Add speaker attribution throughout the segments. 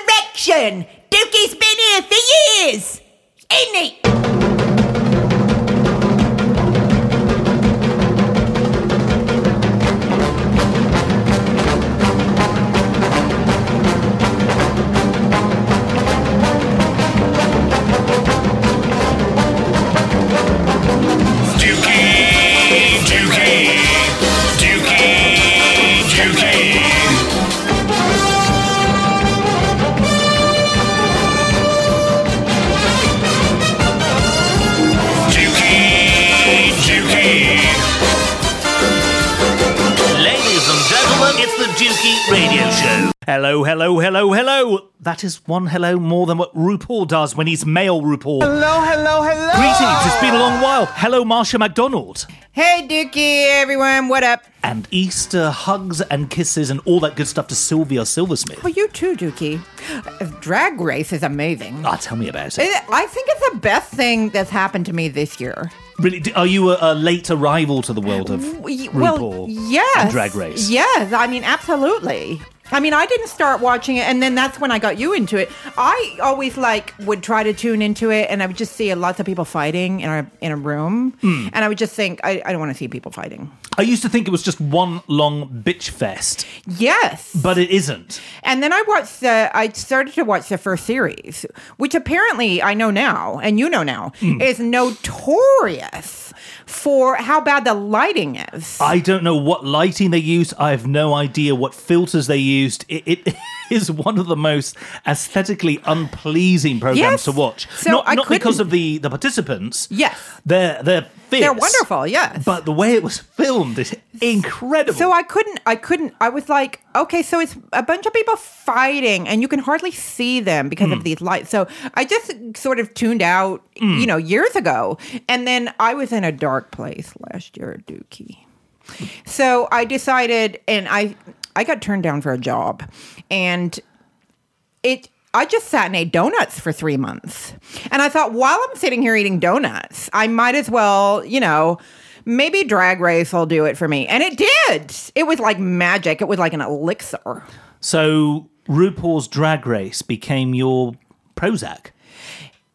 Speaker 1: Objection! Dookie's been here for years! Isn't he?
Speaker 2: Dookie, Dookie, Dookie, Dookie. Dookie, Dookie.
Speaker 3: Ladies and gentlemen, it's the Dookie Radio Show. Hello, hello, hello, hello. That is one hello more than what RuPaul does when he's male RuPaul.
Speaker 4: Hello, hello, hello.
Speaker 3: Greetings, it's been a long while. Hello, Marsha MacDonald.
Speaker 4: Hey, Dookie, everyone, what up?
Speaker 3: And Easter hugs and kisses and all that good stuff to Sylvia Silversmith.
Speaker 4: Well, you too, Dookie. Uh, Drag Race is amazing.
Speaker 3: Ah, tell me about it.
Speaker 4: It- I think it's the best thing that's happened to me this year.
Speaker 3: Really, d- are you a, a late arrival to the world of
Speaker 4: We-
Speaker 3: RuPaul?
Speaker 4: Well, yes.
Speaker 3: and Drag Race.
Speaker 4: Yes, I mean, absolutely. I mean, I didn't start watching it, and then that's when I got you into it. I always like would try to tune into it, and I would just see lots of people fighting in a in a room,
Speaker 3: Hmm.
Speaker 4: and I would just think, I, I don't want to see people fighting.
Speaker 3: I used to think it was just one long bitch fest,
Speaker 4: Yes,
Speaker 3: but it isn't.
Speaker 4: And then I watched the, I started to watch the first series, which apparently I know now, and you know now,
Speaker 3: Hmm.
Speaker 4: is notorious for how bad the lighting is.
Speaker 3: I don't know what lighting they used. I have no idea what filters they used. It, it is one of the most aesthetically unpleasing programs
Speaker 4: Yes.
Speaker 3: to watch.
Speaker 4: So
Speaker 3: not
Speaker 4: I
Speaker 3: not because
Speaker 4: couldn't-
Speaker 3: of the, the participants.
Speaker 4: Yes.
Speaker 3: They're they're fierce.
Speaker 4: They're wonderful, yes.
Speaker 3: But the way it was filmed is incredible.
Speaker 4: so I couldn't, I couldn't, I was like, okay, so it's a bunch of people fighting, and you can hardly see them because of these lights. So I just sort of tuned out, you know, years ago. And then I was in a dark place last year at Dookie. So I decided, and I I got turned down for a job, and it. I just sat and ate donuts for three months, and I thought while I'm sitting here eating donuts, I might as well, you know. Maybe Drag Race will do it for me. And it did. It was like magic. It was like an elixir.
Speaker 3: so RuPaul's Drag Race became your Prozac.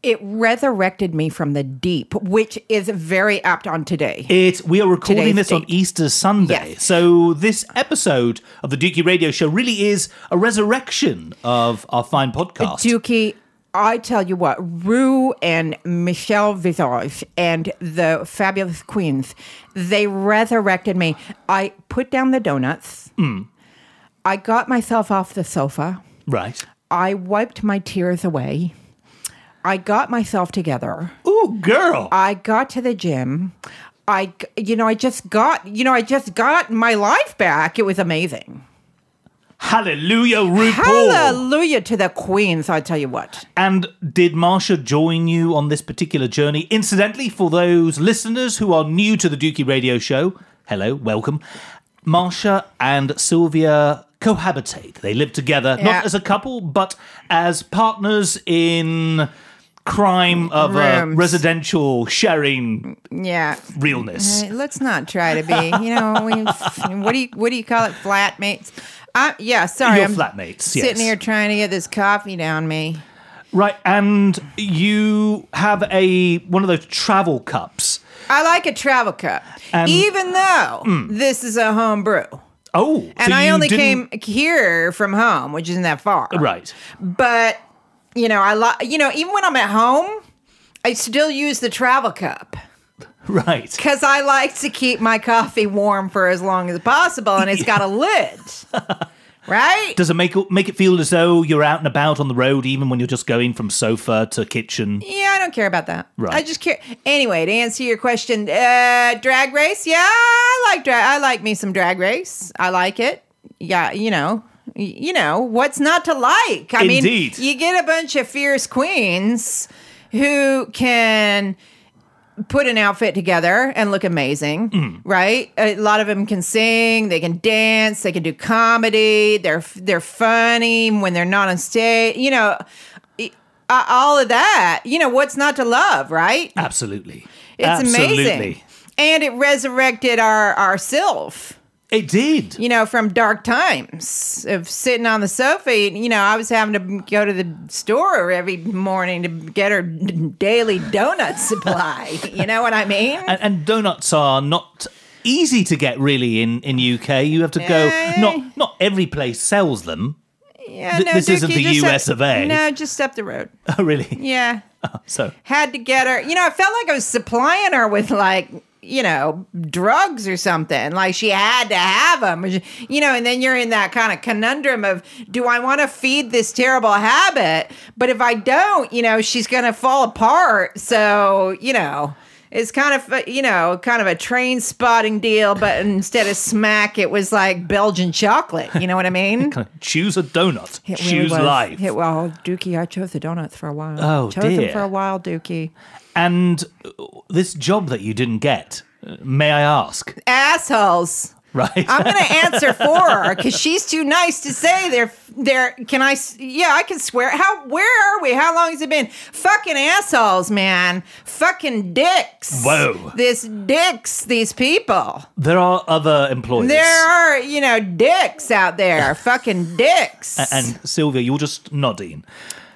Speaker 4: It resurrected me from the deep, which is very apt on today.
Speaker 3: It, we are recording
Speaker 4: Today's
Speaker 3: this on
Speaker 4: date.
Speaker 3: Easter Sunday.
Speaker 4: Yes.
Speaker 3: So, this episode of the Dookie Radio Show really is a resurrection of our fine podcast.
Speaker 4: Dookie, I tell you what, Rue and Michelle Visage and the fabulous queens, they resurrected me. I put down the donuts. I got myself off the sofa.
Speaker 3: right.
Speaker 4: I wiped my tears away. I got myself together.
Speaker 3: Ooh, girl.
Speaker 4: I got to the gym. I, g- you know, I just got, you know, I just got my life back. It was amazing.
Speaker 3: Hallelujah, RuPaul.
Speaker 4: Hallelujah to the queens. I tell you what.
Speaker 3: And did Marsha join you on this particular journey? Incidentally, for those listeners who are new to the Dookie Radio Show, hello, welcome. Marsha and Sylvia cohabitate. They live together,
Speaker 4: Yeah.
Speaker 3: not as a couple, but as partners in crime of a
Speaker 4: Rooms.
Speaker 3: residential sharing
Speaker 4: Yeah.
Speaker 3: realness.
Speaker 4: Uh, Let's not try to be. You know, we, what do you what do you call it? Flatmates. Uh, yeah, sorry.
Speaker 3: Your
Speaker 4: I'm
Speaker 3: flatmates,
Speaker 4: Sitting
Speaker 3: yes.
Speaker 4: here trying to get this coffee down me.
Speaker 3: Right, and you have a one of those travel cups.
Speaker 4: I like a travel cup,
Speaker 3: Um,
Speaker 4: even though this is a home brew,
Speaker 3: Oh, so
Speaker 4: and I
Speaker 3: you
Speaker 4: only
Speaker 3: didn't-
Speaker 4: came here from home, which isn't that far,
Speaker 3: right.
Speaker 4: But you know, I like you know, even when I'm at home, I still use the travel cup.
Speaker 3: Right.
Speaker 4: Because I like to keep my coffee warm for as long as possible, and it's got a lid, right?
Speaker 3: Does it make make it feel as though you're out and about on the road, even when you're just going from sofa to kitchen?
Speaker 4: Yeah, I don't care about that.
Speaker 3: Right.
Speaker 4: I just care. Anyway, to answer your question, uh, drag race. Yeah, I like drag. I like me some drag race. I like it. Yeah, you know, y- you know what's not to like. I
Speaker 3: Indeed.
Speaker 4: mean, you get a bunch of fierce queens who can put an outfit together and look amazing,
Speaker 3: Mm.
Speaker 4: right? A lot of them can sing, they can dance, they can do comedy. They're they're funny when they're not on stage. You know, e- uh, all of that. You know what's not to love, right?
Speaker 3: Absolutely,
Speaker 4: It's
Speaker 3: Absolutely.
Speaker 4: amazing, and it resurrected our our self.
Speaker 3: It did.
Speaker 4: you know, from dark times of sitting on the sofa. You know, I was having to go to the store every morning to get her daily donut supply. You know what I mean?
Speaker 3: And, and donuts are not easy to get really in in UK. You have to go.
Speaker 4: Eh.
Speaker 3: Not not every place sells them.
Speaker 4: yeah,
Speaker 3: th- this isn't
Speaker 4: Dookie,
Speaker 3: the
Speaker 4: just
Speaker 3: US
Speaker 4: up-
Speaker 3: of A.
Speaker 4: No, just up the road.
Speaker 3: Oh, really?
Speaker 4: Yeah.
Speaker 3: So
Speaker 4: Had to get her. You know, I felt like I was supplying her with like, you know, drugs or something. Like she had to have them. You know, and then you're in that kind of conundrum of do I want to feed this terrible habit? But if I don't, you know, she's going to fall apart. So, you know, it's kind of, you know, kind of a train spotting deal. But instead of smack, it was like Belgian chocolate. You know what I mean?
Speaker 3: choose a donut.
Speaker 4: It really
Speaker 3: choose
Speaker 4: was.
Speaker 3: life.
Speaker 4: It, well, Dookie, I chose the donuts for a while.
Speaker 3: Oh,
Speaker 4: chose them
Speaker 3: dear.
Speaker 4: for a while, Dookie.
Speaker 3: And uh, this job that you didn't get, uh, may I ask?
Speaker 4: Assholes.
Speaker 3: Right.
Speaker 4: I'm going to answer for her because she's too nice to say they're they're. Can I? s- Yeah, I can swear. How? Where are we? How long has it been? Fucking assholes, man. Fucking dicks.
Speaker 3: Whoa.
Speaker 4: This dicks. These people.
Speaker 3: there are other employers.
Speaker 4: There are you know dicks out there. fucking dicks.
Speaker 3: A- And Sylvia, you're just nodding.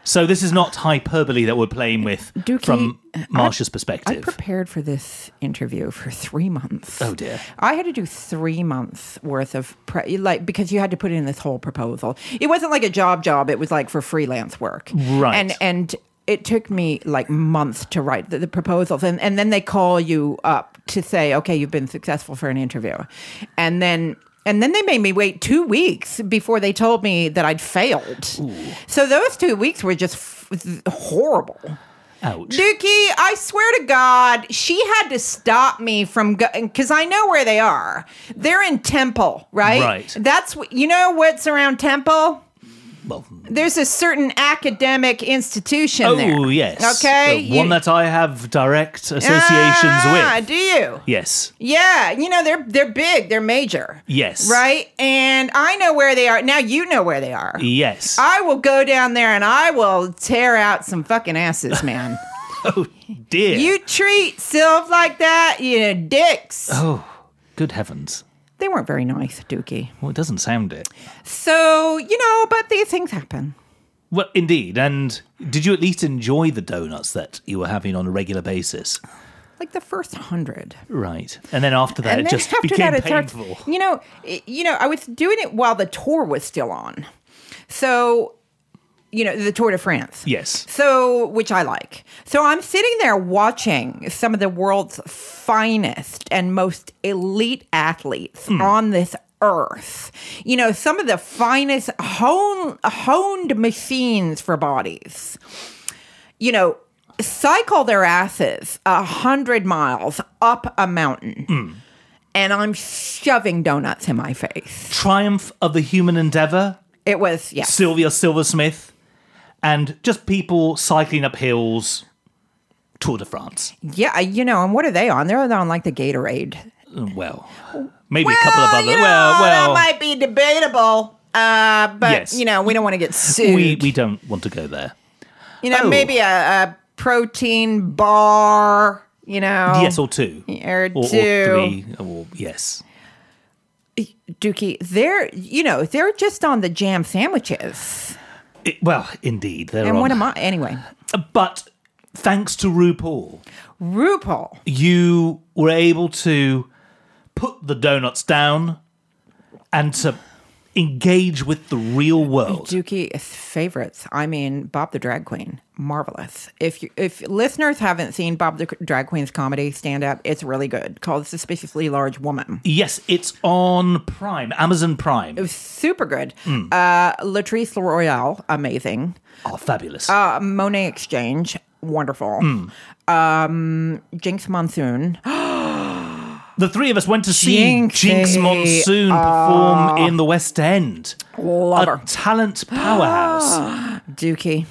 Speaker 3: So this is not hyperbole that we're playing with
Speaker 4: Dookie,
Speaker 3: from
Speaker 4: I-
Speaker 3: Marsha's
Speaker 4: I
Speaker 3: perspective.
Speaker 4: prepared for this interview for three months.
Speaker 3: Oh, dear.
Speaker 4: I had to do three months worth of pre- like because you had to put in this whole proposal. It wasn't like a job job. It was like for freelance work.
Speaker 3: Right.
Speaker 4: And and it took me like months to write the, the proposals, and and then they call you up to say, okay, you've been successful for an interview, and then. And then they made me wait two weeks before they told me that I'd failed. So those two weeks were just f- horrible.
Speaker 3: Ouch.
Speaker 4: Dookie, I swear to God, she had to stop me from going because I know where they are. They're in Temple, right?
Speaker 3: Right.
Speaker 4: That's wh- you know what's around Temple.
Speaker 3: Well,
Speaker 4: There's a certain academic institution
Speaker 3: oh
Speaker 4: there.
Speaker 3: yes.
Speaker 4: Okay.
Speaker 3: The one
Speaker 4: You-
Speaker 3: that I have direct associations
Speaker 4: Ah,
Speaker 3: with.
Speaker 4: Do you?
Speaker 3: Yes.
Speaker 4: Yeah, you know they're they're big, they're major.
Speaker 3: Yes.
Speaker 4: Right, and I know where they are. Now you know where they are.
Speaker 3: Yes.
Speaker 4: I will go down there and I will tear out some fucking asses, man.
Speaker 3: Dear.
Speaker 4: You treat Sylv like that, you know, dicks.
Speaker 3: Oh, good heavens.
Speaker 4: They weren't very nice, Dookie.
Speaker 3: Well, it doesn't sound it.
Speaker 4: So, you know, but these things happen.
Speaker 3: Well, indeed. And did you at least enjoy the donuts that you were having on a regular basis?
Speaker 4: Like the first hundred.
Speaker 3: Right. And then after that,
Speaker 4: and
Speaker 3: it
Speaker 4: then
Speaker 3: just
Speaker 4: after
Speaker 3: became
Speaker 4: that, it starts.
Speaker 3: painful.
Speaker 4: You know, i- you know, I was doing it while the tour was still on. So, you know, the Tour de France.
Speaker 3: Yes.
Speaker 4: So, which I like. So I'm sitting there watching some of the world's finest and most elite athletes on this earth. You know, some of the finest hone, honed machines for bodies. You know, cycle their asses a hundred miles up a mountain. And I'm shoving donuts in my face.
Speaker 3: Triumph of the Human Endeavour,
Speaker 4: It was, yeah.
Speaker 3: Sylvia Silversmith, and just people cycling up hills, Tour de France.
Speaker 4: Yeah, you know, and what are they on? They're on like the Gatorade
Speaker 3: Mm, Well, maybe a couple of
Speaker 4: Well,
Speaker 3: other.
Speaker 4: you know,
Speaker 3: well,
Speaker 4: that
Speaker 3: well,
Speaker 4: might be debatable. Uh, but
Speaker 3: Yes.
Speaker 4: you know, we don't want to get sued.
Speaker 3: we, we don't want to go there.
Speaker 4: you know,
Speaker 3: Oh.
Speaker 4: maybe a, a protein bar. You know,
Speaker 3: Yes, or two.
Speaker 4: Or
Speaker 3: or
Speaker 4: two.
Speaker 3: three. Or, yes.
Speaker 4: Dookie, they're you know they're just on the jam sandwiches.
Speaker 3: It- well, indeed. They're
Speaker 4: And
Speaker 3: on.
Speaker 4: what am I anyway?
Speaker 3: But thanks to RuPaul,
Speaker 4: RuPaul.
Speaker 3: you were able to put the donuts down and to engage with the real world.
Speaker 4: Dookie is favorites. I mean, Bob the Drag Queen, marvelous. If you, if listeners haven't seen Bob the Drag Queen's comedy stand up, it's really good. Called Suspiciously Large Woman.
Speaker 3: Yes, it's on Prime, Amazon Prime.
Speaker 4: super good.
Speaker 3: Hmm.
Speaker 4: Uh, Latrice Royale, amazing.
Speaker 3: Oh, fabulous.
Speaker 4: Uh, Monet Exchange, wonderful. Um, Jinx Monsoon.
Speaker 3: the three of us went to see
Speaker 4: Jinxie, Ah.
Speaker 3: Jinx Monsoon perform in the West End.
Speaker 4: Love
Speaker 3: A
Speaker 4: her.
Speaker 3: talent powerhouse.
Speaker 4: Dookie.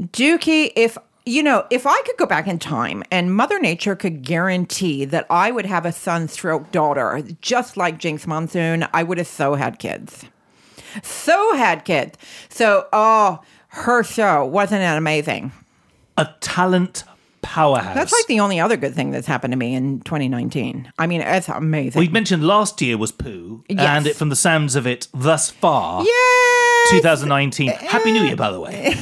Speaker 4: Dookie, if you know, if I could go back in time and Mother Nature could guarantee that I would have a sunstroke daughter just like Jinx Monsoon, I would have so had kids. So had kids. So, oh, her show wasn't it amazing?
Speaker 3: a talent powerhouse.
Speaker 4: That's like the only other good thing that's happened to me in 2019. I mean, it's amazing.
Speaker 3: we mentioned last year was poo,
Speaker 4: Yes.
Speaker 3: and it from the sounds of it thus far,
Speaker 4: Yes!
Speaker 3: 2019. Happy New Year, by the way.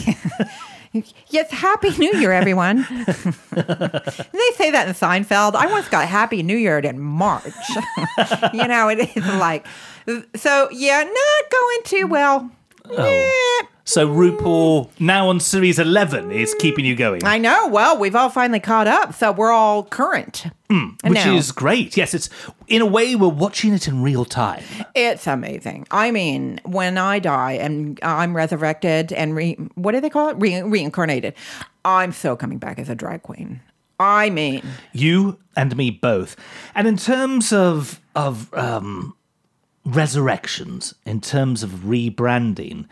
Speaker 4: Yes, Happy New Year, everyone. they say that in Seinfeld. I once got Happy New Year in March. you know, it is like, so yeah, not going too well.
Speaker 3: Oh.
Speaker 4: Eh,
Speaker 3: So RuPaul now on series 11 is keeping you going.
Speaker 4: I know. Well, we've all finally caught up, so we're all current.
Speaker 3: Hmm, which
Speaker 4: now.
Speaker 3: is great. Yes, it's in a way we're watching it in real time.
Speaker 4: It's amazing. I mean, when I die and I'm resurrected and re- what do they call it? Re- reincarnated. I'm so coming back as a drag queen. I mean,
Speaker 3: You and me both. And in terms of of um, resurrections, in terms of rebranding,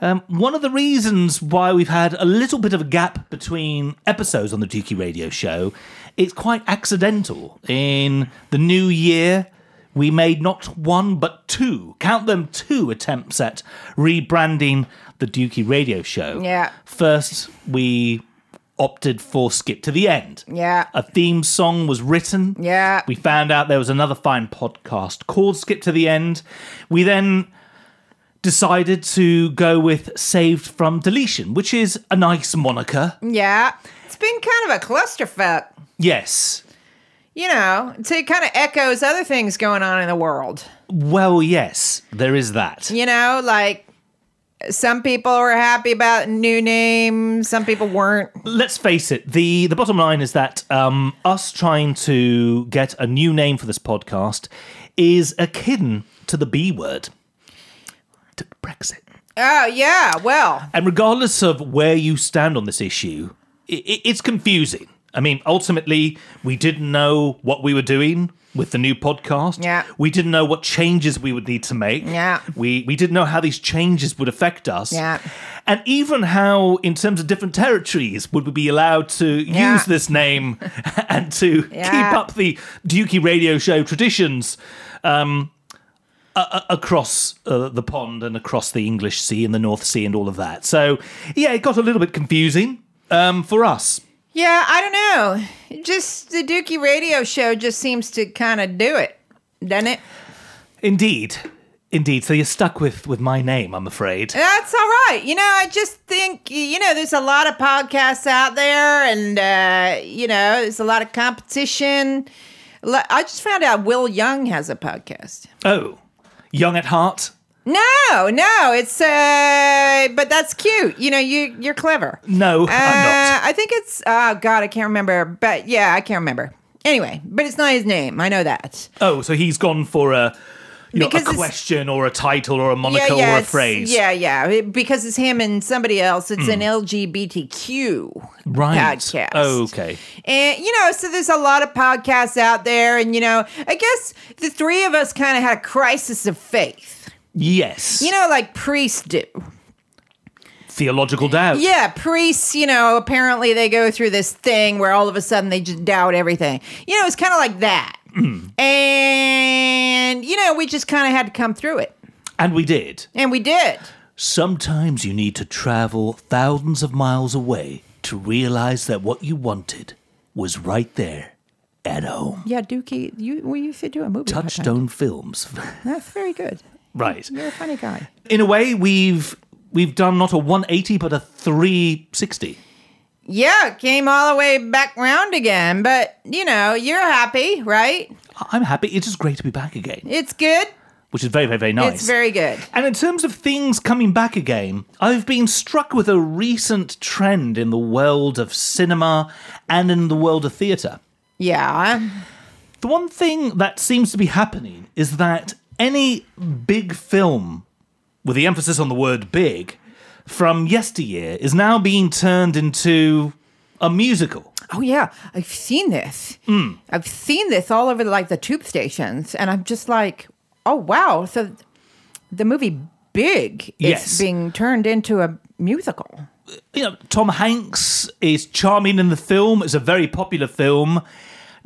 Speaker 3: um, one of the reasons why we've had a little bit of a gap between episodes on the Dookie Radio Show, it's quite accidental. In the new year, we made not one but two, count them two attempts at rebranding the Dookie Radio Show.
Speaker 4: Yeah.
Speaker 3: First, we opted for skip to the end.
Speaker 4: Yeah.
Speaker 3: A theme song was written.
Speaker 4: Yeah.
Speaker 3: We found out there was another fine podcast called Skip to the End. We then decided to go with Saved from Deletion, which is a nice moniker.
Speaker 4: yeah, it's been kind of a clusterfuck.
Speaker 3: Yes.
Speaker 4: you know, so it kind of echoes other things going on in the world.
Speaker 3: Well, yes, there is that.
Speaker 4: You know, like some people were happy about new names, some people weren't.
Speaker 3: let's face it the the bottom line is that um, us trying to get a new name for this podcast is akin to the b word to brexit
Speaker 4: Oh yeah, well,
Speaker 3: and regardless of where you stand on this issue i i it's confusing i mean ultimately we didn't know what we were doing with the new podcast
Speaker 4: Yeah.
Speaker 3: we didn't know what changes we would need to make
Speaker 4: Yeah.
Speaker 3: we we didn't know how these changes would affect us
Speaker 4: Yeah.
Speaker 3: and even how, in terms of different territories, would we be allowed to
Speaker 4: Yeah.
Speaker 3: use this name and to
Speaker 4: Yeah.
Speaker 3: keep up the Dukey radio show traditions um, a- a- across uh, the pond and across the English Sea and the North Sea and all of that? So, yeah, it got a little bit confusing um, for us.
Speaker 4: yeah, I don't know. Just the Dookie radio show just seems to kind of do it, doesn't it?
Speaker 3: Indeed. Indeed. So you're stuck with, with my name, I'm afraid.
Speaker 4: That's all right. You know, I just think you know there's a lot of podcasts out there, and uh, you know there's a lot of competition. Lo- I just found out Will Young has a podcast.
Speaker 3: Oh, young at heart?
Speaker 4: No, no, it's uh, but that's cute. You know, you you're clever.
Speaker 3: No,
Speaker 4: uh,
Speaker 3: I'm not.
Speaker 4: I think it's oh god, I can't remember, but yeah, I can't remember. Anyway, but it's not his name. I know that.
Speaker 3: Oh, so he's gone for a you know,
Speaker 4: Because
Speaker 3: a
Speaker 4: it's-
Speaker 3: question or a title or a moniker or a
Speaker 4: it's-
Speaker 3: phrase. Hmm.
Speaker 4: Yeah, yeah, it- because it's him and somebody else. It's an LGBTQ
Speaker 3: Right.
Speaker 4: podcast.
Speaker 3: Okay.
Speaker 4: And you know, so there's a lot of podcasts out there, and you know, I guess the three of us kind of had a crisis of faith.
Speaker 3: Yes.
Speaker 4: You know, like priests do.
Speaker 3: theological doubt.
Speaker 4: Yeah, priests, you know, apparently they go through this thing where all of a sudden they just doubt everything. You know, it's kind of like that. And, you know, we just kind of had to come through it.
Speaker 3: And we did.
Speaker 4: And we did.
Speaker 3: Sometimes you need to travel thousands of miles away to realize that what you wanted was right there at home.
Speaker 4: Yeah, Dookie, you well, you should do a movie.
Speaker 3: Touchstone Films.
Speaker 4: That's very good.
Speaker 3: right.
Speaker 4: You're a funny guy.
Speaker 3: In a way we've we've done not a 180 but a 360.
Speaker 4: Yeah, came all the way back round again, but you know, you're happy, right?
Speaker 3: I- I'm happy. It's just great to be back again,
Speaker 4: It's good.
Speaker 3: which is very very very nice.
Speaker 4: It's very good.
Speaker 3: And in terms of things coming back again, I've been struck with a recent trend in the world of cinema and in the world of theatre.
Speaker 4: Yeah.
Speaker 3: The one thing that seems to be happening is that any big film, with the emphasis on the word big, from yesteryear is now being turned into a musical.
Speaker 4: Oh yeah, I've seen this. I've seen this all over like the tube stations, and I'm just like, oh wow. So the movie Big is
Speaker 3: Yes.
Speaker 4: being turned into a musical.
Speaker 3: You know, Tom Hanks is charming in the film, it's a very popular film.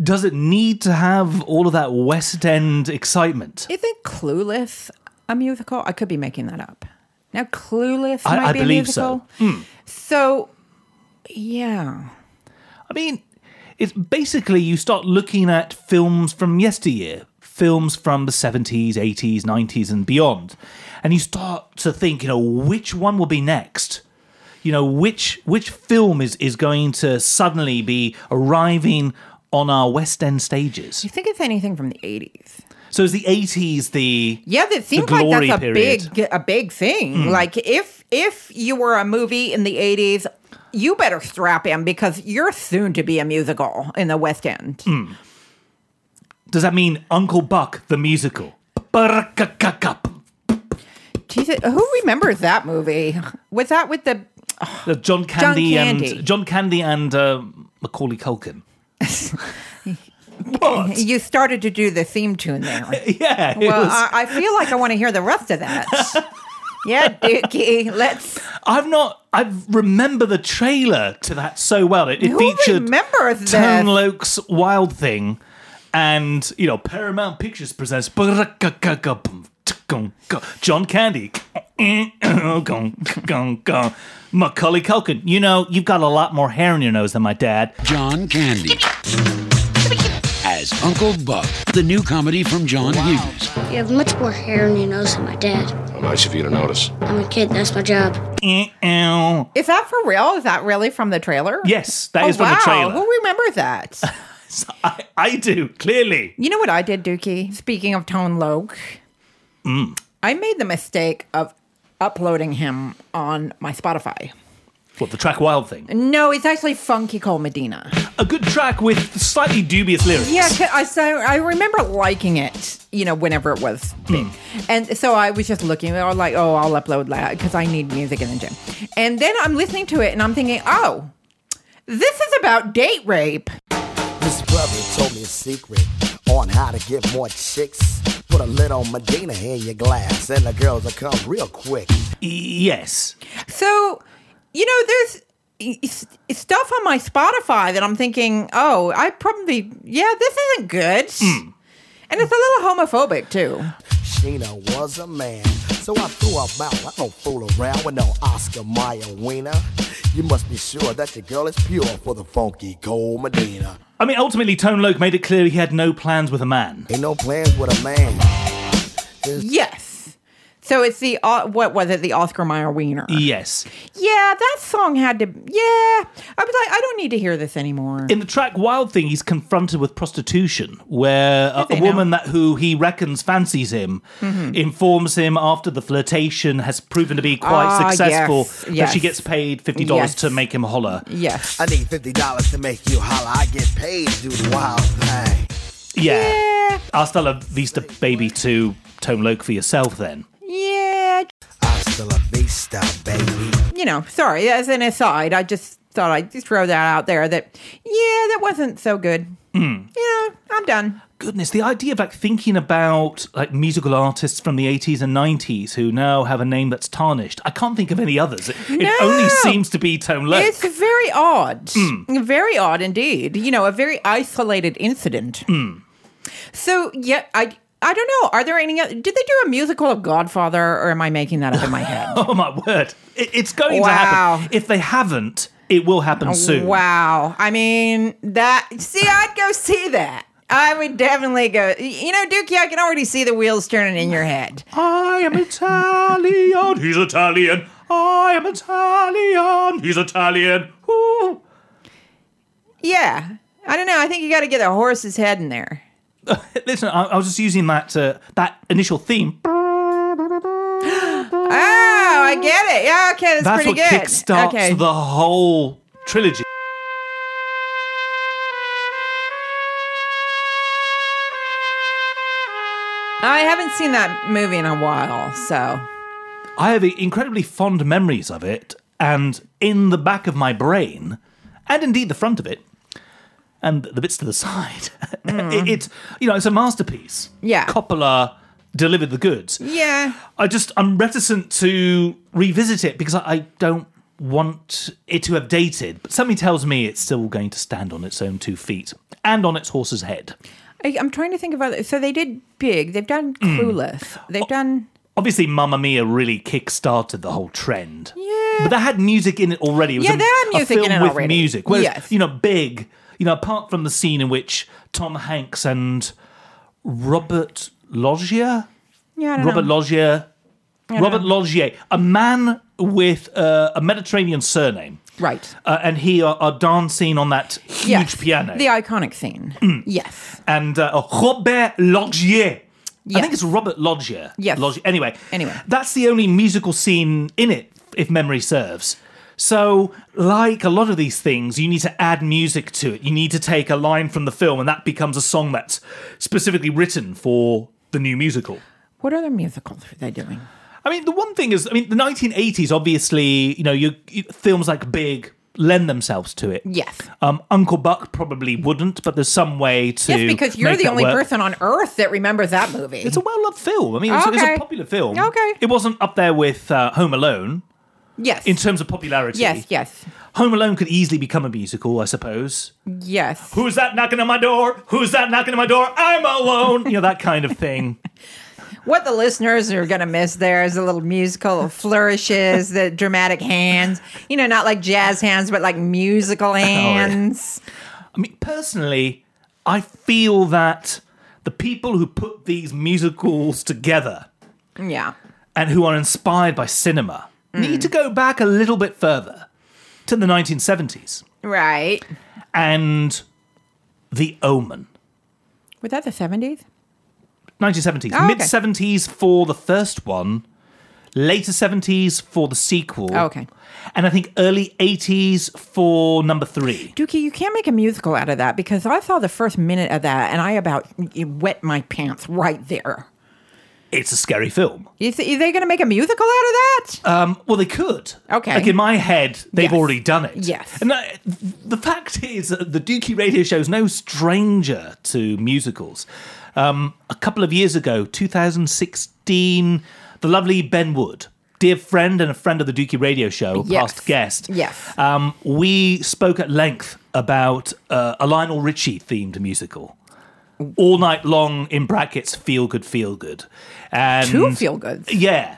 Speaker 3: Does it need to have all of that West End excitement?
Speaker 4: Isn't Clueless a musical? I could be making that up. Now Clueless
Speaker 3: I-
Speaker 4: might
Speaker 3: I
Speaker 4: be a
Speaker 3: believe
Speaker 4: musical.
Speaker 3: so.
Speaker 4: So yeah.
Speaker 3: I mean, It's basically you start looking at films from yesteryear, films from the 70s, 80s, 90s, and beyond. And you start to think, you know, which one will be next? You know, which which film is, is going to suddenly be arriving on our West End stages?
Speaker 4: Do you think it's anything from the 80s?
Speaker 3: So is the 80s the
Speaker 4: Yeah, that seems like
Speaker 3: glory
Speaker 4: that's a
Speaker 3: period. Hmm.
Speaker 4: big a big thing. Like if if you were a movie in the 80s, you better strap in because you're soon to be a musical in the West End.
Speaker 3: Hmm. Does that mean Uncle Buck the musical? The
Speaker 4: Jesus, who remembers that movie? Was that with the
Speaker 3: John Candy,
Speaker 4: Candy.
Speaker 3: and John Candy and uh, Macaulay Culkin.
Speaker 4: you started to do the theme tune there?
Speaker 3: Yeah, it
Speaker 4: Well,
Speaker 3: was-
Speaker 4: I, I feel like I want to hear the rest of that. yeah, Dookie, let's
Speaker 3: I've not. I remember the trailer to that so well. It, it
Speaker 4: Who
Speaker 3: featured
Speaker 4: remembers this?
Speaker 3: Tone Loke's Wild Thing, and you know Paramount Pictures presents John Candy, Macaulay Culkin. You know you've got a lot more hair in your nose than my dad.
Speaker 5: John Candy as Uncle Buck, the new comedy from John Hughes.
Speaker 6: You have much more hair on your nose than my dad.
Speaker 7: Well, nice of you to notice.
Speaker 6: I'm a kid, that's my job.
Speaker 4: Is that for real? Is that really from the trailer?
Speaker 3: Yes, that
Speaker 4: Oh,
Speaker 3: is from
Speaker 4: wow.
Speaker 3: the trailer.
Speaker 4: Who remembers that?
Speaker 3: I, I do clearly.
Speaker 4: You know what I did, Dookie? Speaking of Tone Loke, I made the mistake of uploading him on my Spotify.
Speaker 3: What the track Wild Thing?
Speaker 4: No, it's actually Funky Cole Medina.
Speaker 3: A good track with slightly dubious lyrics.
Speaker 4: Yeah, 'cause I so I remember liking it, you know, whenever it was
Speaker 3: Hmm.
Speaker 4: big, and so I was just looking. I was like, oh, I'll upload that because I need music in the gym. And then I'm listening to it, and I'm thinking, oh, this is about date rape.
Speaker 8: This brother told me a secret on how to get more chicks. Put a little Medina in your glass, and the girls will come real quick.
Speaker 3: Yes.
Speaker 4: So, you know, there's e, s- stuff on my Spotify that I'm thinking, oh, I probably, yeah, this isn't good. And it's a little homophobic too.
Speaker 8: Sheena was a man, so I threw her out. I don't fool around with no Oscar Mayer wiener. You must be sure that your girl is pure for the funky cold Medina.
Speaker 3: I mean, ultimately, Tone Loke made it clear he had no plans with a man.
Speaker 8: Ain't no plans with a man.
Speaker 4: Yes. So it's the uh, what was it the Oscar Mayer Wiener?
Speaker 3: Yes.
Speaker 4: Yeah, that song had to. Yeah, I was like, I don't need to hear this anymore.
Speaker 3: In the track Wild Thing, he's confronted with prostitution, where a,
Speaker 4: they
Speaker 3: a
Speaker 4: now? Mm-hmm.
Speaker 3: woman that who he reckons fancies him informs him after the flirtation has proven to be quite
Speaker 4: Ah,
Speaker 3: successful
Speaker 4: yes,
Speaker 3: that
Speaker 4: yes.
Speaker 3: she gets paid $50 to
Speaker 4: Yes.
Speaker 3: make him holler.
Speaker 4: yes.
Speaker 8: I need fifty dollars to make you holler. I get paid to do the wild thing.
Speaker 3: Yeah.
Speaker 4: yeah.
Speaker 3: Hasta la vista, baby, to Tone Loke for yourself then.
Speaker 4: Yeah.
Speaker 8: Hasta la vista, baby.
Speaker 4: You know, sorry. As an aside, I just thought I'd just throw that out there. That yeah, that wasn't so good. You know, I'm done.
Speaker 3: goodness, the idea of like thinking about like musical artists from the 80s and 90s who now have a name that's tarnished. I can't think of any others. It, it
Speaker 4: No.
Speaker 3: only seems to be Tone Loc.
Speaker 4: It's very odd.
Speaker 3: Mm.
Speaker 4: Very odd indeed. You know, a very isolated incident.
Speaker 3: Mm.
Speaker 4: So, yeah, I I don't know. Are there any oth- Did they do a musical of Godfather or am I making that up in my head?
Speaker 3: oh my word. It, it's going to
Speaker 4: Wow. Oh,
Speaker 3: happen. If they haven't, it will happen soon.
Speaker 4: Wow. I mean, that see, I'd go see that. I would definitely go. You know, Dookie, I can already see the wheels turning in your head.
Speaker 3: I am Italian. He's Italian. I am Italian. He's Italian. Ooh.
Speaker 4: Yeah. I don't know. I think you got to get a horse's head in there.
Speaker 3: Listen, I, I was just using that uh, that initial theme.
Speaker 4: Oh, I get it. Yeah, okay, that's,
Speaker 3: That's
Speaker 4: pretty
Speaker 3: what
Speaker 4: good.
Speaker 3: kickstarts
Speaker 4: okay.
Speaker 3: the whole trilogy.
Speaker 4: I haven't seen that movie in a while, so
Speaker 3: I have incredibly fond memories of it, and in the back of my brain, and indeed the front of it, and the bits to the side, it- it's you know it's a masterpiece.
Speaker 4: Yeah.
Speaker 3: Coppola delivered the goods.
Speaker 4: yeah.
Speaker 3: I just I'm reticent to revisit it because I, I don't want it to have dated. But something tells me it's still going to stand on its own two feet and on its horse's head.
Speaker 4: I, I'm trying to think of other. So they did Big. They've done
Speaker 3: Mm.
Speaker 4: Clueless. They've done.
Speaker 3: Obviously, Mamma Mia really kick-started the whole trend. Yeah, but that had music in it already. It was
Speaker 4: Yeah,
Speaker 3: a,
Speaker 4: they had
Speaker 3: a
Speaker 4: music in
Speaker 3: film
Speaker 4: it
Speaker 3: with
Speaker 4: already.
Speaker 3: music. Whereas,
Speaker 4: Yes.
Speaker 3: you know, Big. you know, apart from the scene in which Tom Hanks and Robert Loggia,
Speaker 4: Yeah, I don't
Speaker 3: Robert
Speaker 4: know.
Speaker 3: Loggia, Robert Loggia, a man with uh, a Mediterranean surname,
Speaker 4: right.
Speaker 3: uh, and he are, are dancing on that huge
Speaker 4: Yes.
Speaker 3: piano. Mm.
Speaker 4: The iconic scene. Yes.
Speaker 3: and uh, Robert Loggier. I
Speaker 4: Yes.
Speaker 3: think it's Robert Loggier.
Speaker 4: Yes.
Speaker 3: Loggier. Anyway.
Speaker 4: Anyway.
Speaker 3: That's the only musical scene in it, if memory serves. So, like a lot of these things, you need to add music to it. You need to take a line from the film, and that becomes a song that's specifically written for the new musical.
Speaker 4: What other musicals are they doing?
Speaker 3: I mean, the one thing is, I mean, the 1980s, obviously, you know, you, you, films like Big lend themselves to it.
Speaker 4: Yes.
Speaker 3: Um, Uncle Buck probably wouldn't, but there's some way to.
Speaker 4: Yes, because you're
Speaker 3: make
Speaker 4: the
Speaker 3: that
Speaker 4: only
Speaker 3: work.
Speaker 4: person on earth that remembers that movie.
Speaker 3: It's a well loved film. I mean, it's, it's a
Speaker 4: Okay.
Speaker 3: popular film.
Speaker 4: Okay.
Speaker 3: It wasn't up there with uh, Home Alone
Speaker 4: yes.
Speaker 3: in terms of popularity.
Speaker 4: yes, yes,
Speaker 3: Home Alone could easily become a musical, I suppose.
Speaker 4: yes.
Speaker 3: Who's that knocking on my door? Who's that knocking on my door? I'm alone. you know, that kind of thing.
Speaker 4: What the listeners are going to miss there is a little musical flourishes, the dramatic hands. You know, not like jazz hands, but like
Speaker 3: Oh,
Speaker 4: musical hands.
Speaker 3: I mean, personally, I feel that the people who put these musicals together
Speaker 4: yeah.
Speaker 3: and who are inspired by cinema
Speaker 4: Hmm.
Speaker 3: need to go back a little bit further to the 1970s
Speaker 4: Right.
Speaker 3: and The Omen.
Speaker 4: Was that the 70s?
Speaker 3: 1970s.
Speaker 4: Oh, okay.
Speaker 3: Mid 70s for the first one, later 70s for the sequel.
Speaker 4: Oh, okay.
Speaker 3: And I think early 80s for number three.
Speaker 4: Dookie, you can't make a musical out of that because I saw the first minute of that and I about wet my pants right there.
Speaker 3: It's a scary film.
Speaker 4: Is, is they going to make a musical out of that?
Speaker 3: Um, well, they could.
Speaker 4: Okay.
Speaker 3: Like in my head, they've
Speaker 4: Yes.
Speaker 3: already done it.
Speaker 4: Yes.
Speaker 3: And I, the fact is, that the Dookie Radio Show is no stranger to musicals. Um, a couple of years ago, 2016, the lovely Ben Wood, dear friend and a friend of the Dookie Radio Show,
Speaker 4: Yes.
Speaker 3: past guest.
Speaker 4: Yes.
Speaker 3: Um, we spoke at length about uh, a Lionel Richie themed musical. All night long, in brackets, feel good, feel good, and
Speaker 4: Two feel goods.
Speaker 3: yeah,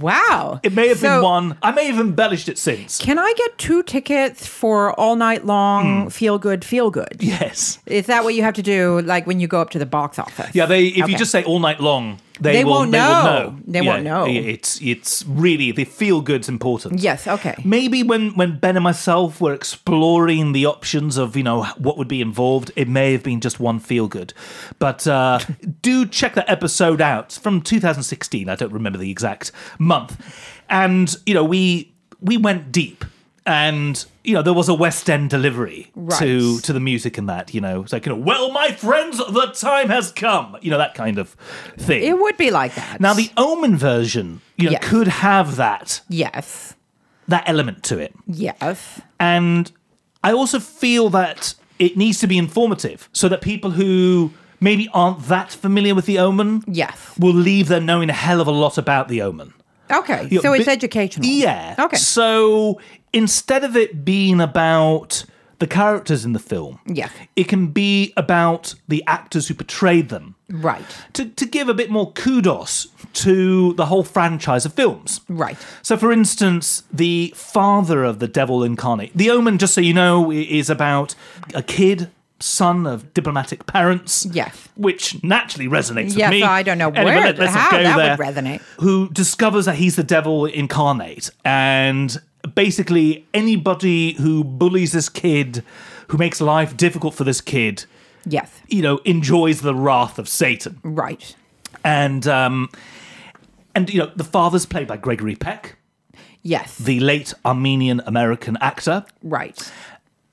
Speaker 4: Wow.
Speaker 3: it may have
Speaker 4: So,
Speaker 3: been one. I may have embellished it since.
Speaker 4: Can I get two tickets for all night
Speaker 3: Hmm.
Speaker 4: long feel good, feel good?
Speaker 3: Yes.
Speaker 4: Is that what you have to do like when you go up to the box office?
Speaker 3: Yeah, they. If you
Speaker 4: Okay.
Speaker 3: just say all night long, they,
Speaker 4: They
Speaker 3: will,
Speaker 4: won't
Speaker 3: they will
Speaker 4: know.
Speaker 3: know.
Speaker 4: They won't know.
Speaker 3: It's it's really the feel good's important.
Speaker 4: Yes, okay.
Speaker 3: Maybe when when Ben and myself were exploring the options of you know what would be involved, it may have been just one feel good. But uh, do check that episode out It's from 2016. I don't remember the exact month, and you know we we went deep. And you know there was a West End delivery to
Speaker 4: Right.
Speaker 3: to the music and that you know it's like you know well my friends the time has come you know that kind of thing.
Speaker 4: It would be like that.
Speaker 3: now the Omen version you know
Speaker 4: Yes.
Speaker 3: could have that
Speaker 4: Yes.
Speaker 3: that element to it.
Speaker 4: Yes.
Speaker 3: And I also feel that it needs to be informative so that people who maybe aren't that familiar with the omen
Speaker 4: Yes.
Speaker 3: will leave there knowing a hell of a lot about the omen.
Speaker 4: Okay.
Speaker 3: Yeah,
Speaker 4: so it's
Speaker 3: bi-
Speaker 4: educational.
Speaker 3: Yeah.
Speaker 4: Okay.
Speaker 3: So instead of it being about the characters in the film,
Speaker 4: Yeah.
Speaker 3: it can be about the actors who portrayed them.
Speaker 4: Right.
Speaker 3: To, to give a bit more kudos to the whole franchise of films.
Speaker 4: Right.
Speaker 3: So, for instance, the father of the devil incarnate, the omen, just so you know, i- is about a kid, son of diplomatic parents.
Speaker 4: Yes.
Speaker 3: Which naturally resonates
Speaker 4: Yes,
Speaker 3: with me.
Speaker 4: I don't know
Speaker 3: Anyway,
Speaker 4: where-
Speaker 3: let- let's not
Speaker 4: how
Speaker 3: go
Speaker 4: that would
Speaker 3: there.
Speaker 4: resonate.
Speaker 3: Who discovers that he's the devil incarnate. And basically, anybody who bullies this kid, who makes life difficult for this kid,
Speaker 4: Yes.
Speaker 3: you know, enjoys the wrath of Satan
Speaker 4: Right.
Speaker 3: and um, and you know the father's played by Gregory Peck,
Speaker 4: Yes.
Speaker 3: the late Armenian American actor.
Speaker 4: right.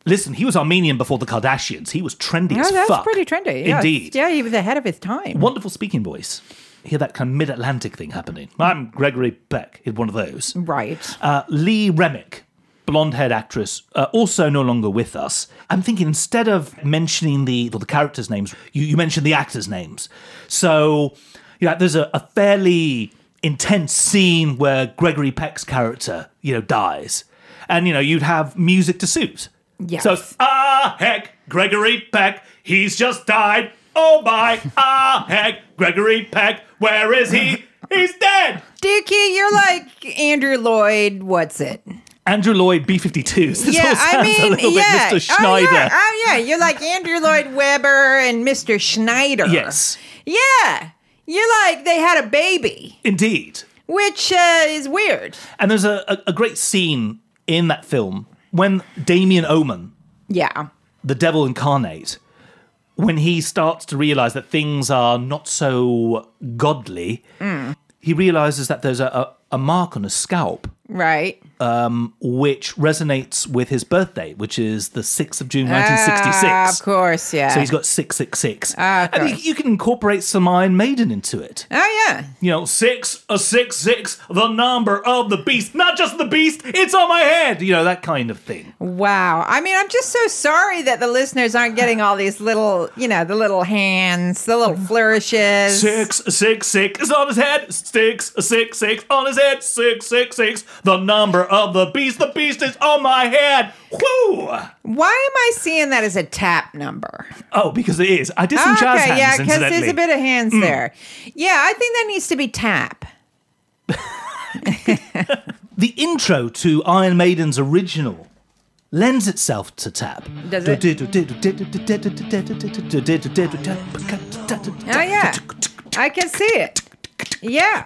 Speaker 3: Listen, he was Armenian before the Kardashians. He was trendy
Speaker 4: No,
Speaker 3: as
Speaker 4: that's
Speaker 3: fuck.
Speaker 4: pretty trendy. Yes.
Speaker 3: Indeed,
Speaker 4: Yeah, he was ahead of his time.
Speaker 3: wonderful speaking voice. Hear that kind of mid-Atlantic thing happening. I'm Gregory Peck. Is one of those.
Speaker 4: Right.
Speaker 3: Uh, Lee Remick, blonde-haired actress, uh, also no longer with us. I'm thinking instead of mentioning the well, the characters' names, you, you mentioned the actors' names. So, you know, there's a, a fairly intense scene where Gregory Peck's character, you know, dies, and you know you'd have music to suit.
Speaker 4: Yes.
Speaker 3: So it's, ah heck, Gregory Peck, he's just died. Oh my, ah heck, Gregory Peck, where is he? He's dead.
Speaker 4: Dookie, you're like Andrew Lloyd. What's it?
Speaker 3: Andrew Lloyd B 52s. This all sounds a little bit Mr. Schneider.
Speaker 4: Oh yeah. oh yeah, you're like Andrew Lloyd Webber and Mr. Schneider.
Speaker 3: Yes,
Speaker 4: Yeah, you're like they had a baby,
Speaker 3: indeed.
Speaker 4: which uh, is weird.
Speaker 3: And there's a, a, a great scene in that film when Damien Omen,
Speaker 4: Yeah,
Speaker 3: the devil incarnate, when he starts to realize that things are not so godly, he realizes that there's a, a, a mark on his scalp
Speaker 4: right.
Speaker 3: which resonates with his birthday, which is the 6th of June,
Speaker 4: Ah,
Speaker 3: 1966.
Speaker 4: of course, yeah.
Speaker 3: So he's got 666.
Speaker 4: Ah, of
Speaker 3: and you,
Speaker 4: course.
Speaker 3: you can incorporate some Iron Maiden into it.
Speaker 4: oh yeah.
Speaker 3: You know, 6, a 6, 6, the number of the beast. Not just the beast, it's on my head. You know, that kind of thing.
Speaker 4: Wow. I mean, I'm just so sorry that the listeners aren't getting all these little, you know, the little hands, the little flourishes.
Speaker 3: Six, six, six is on his head. Six, six, six on his head. Six, six, six. The number of the beast. The beast is on my head. Whoo!
Speaker 4: Why am I seeing that as a tap number?
Speaker 3: Oh, because it is. I did some jazz hands,
Speaker 4: yeah, because there's
Speaker 3: incidentally. Mm.
Speaker 4: a bit of hands there. Yeah, I think that needs to be tap.
Speaker 3: the intro to Iron Maiden's original lends itself to tap.
Speaker 4: Does it? Oh yeah, I can see it. Yeah,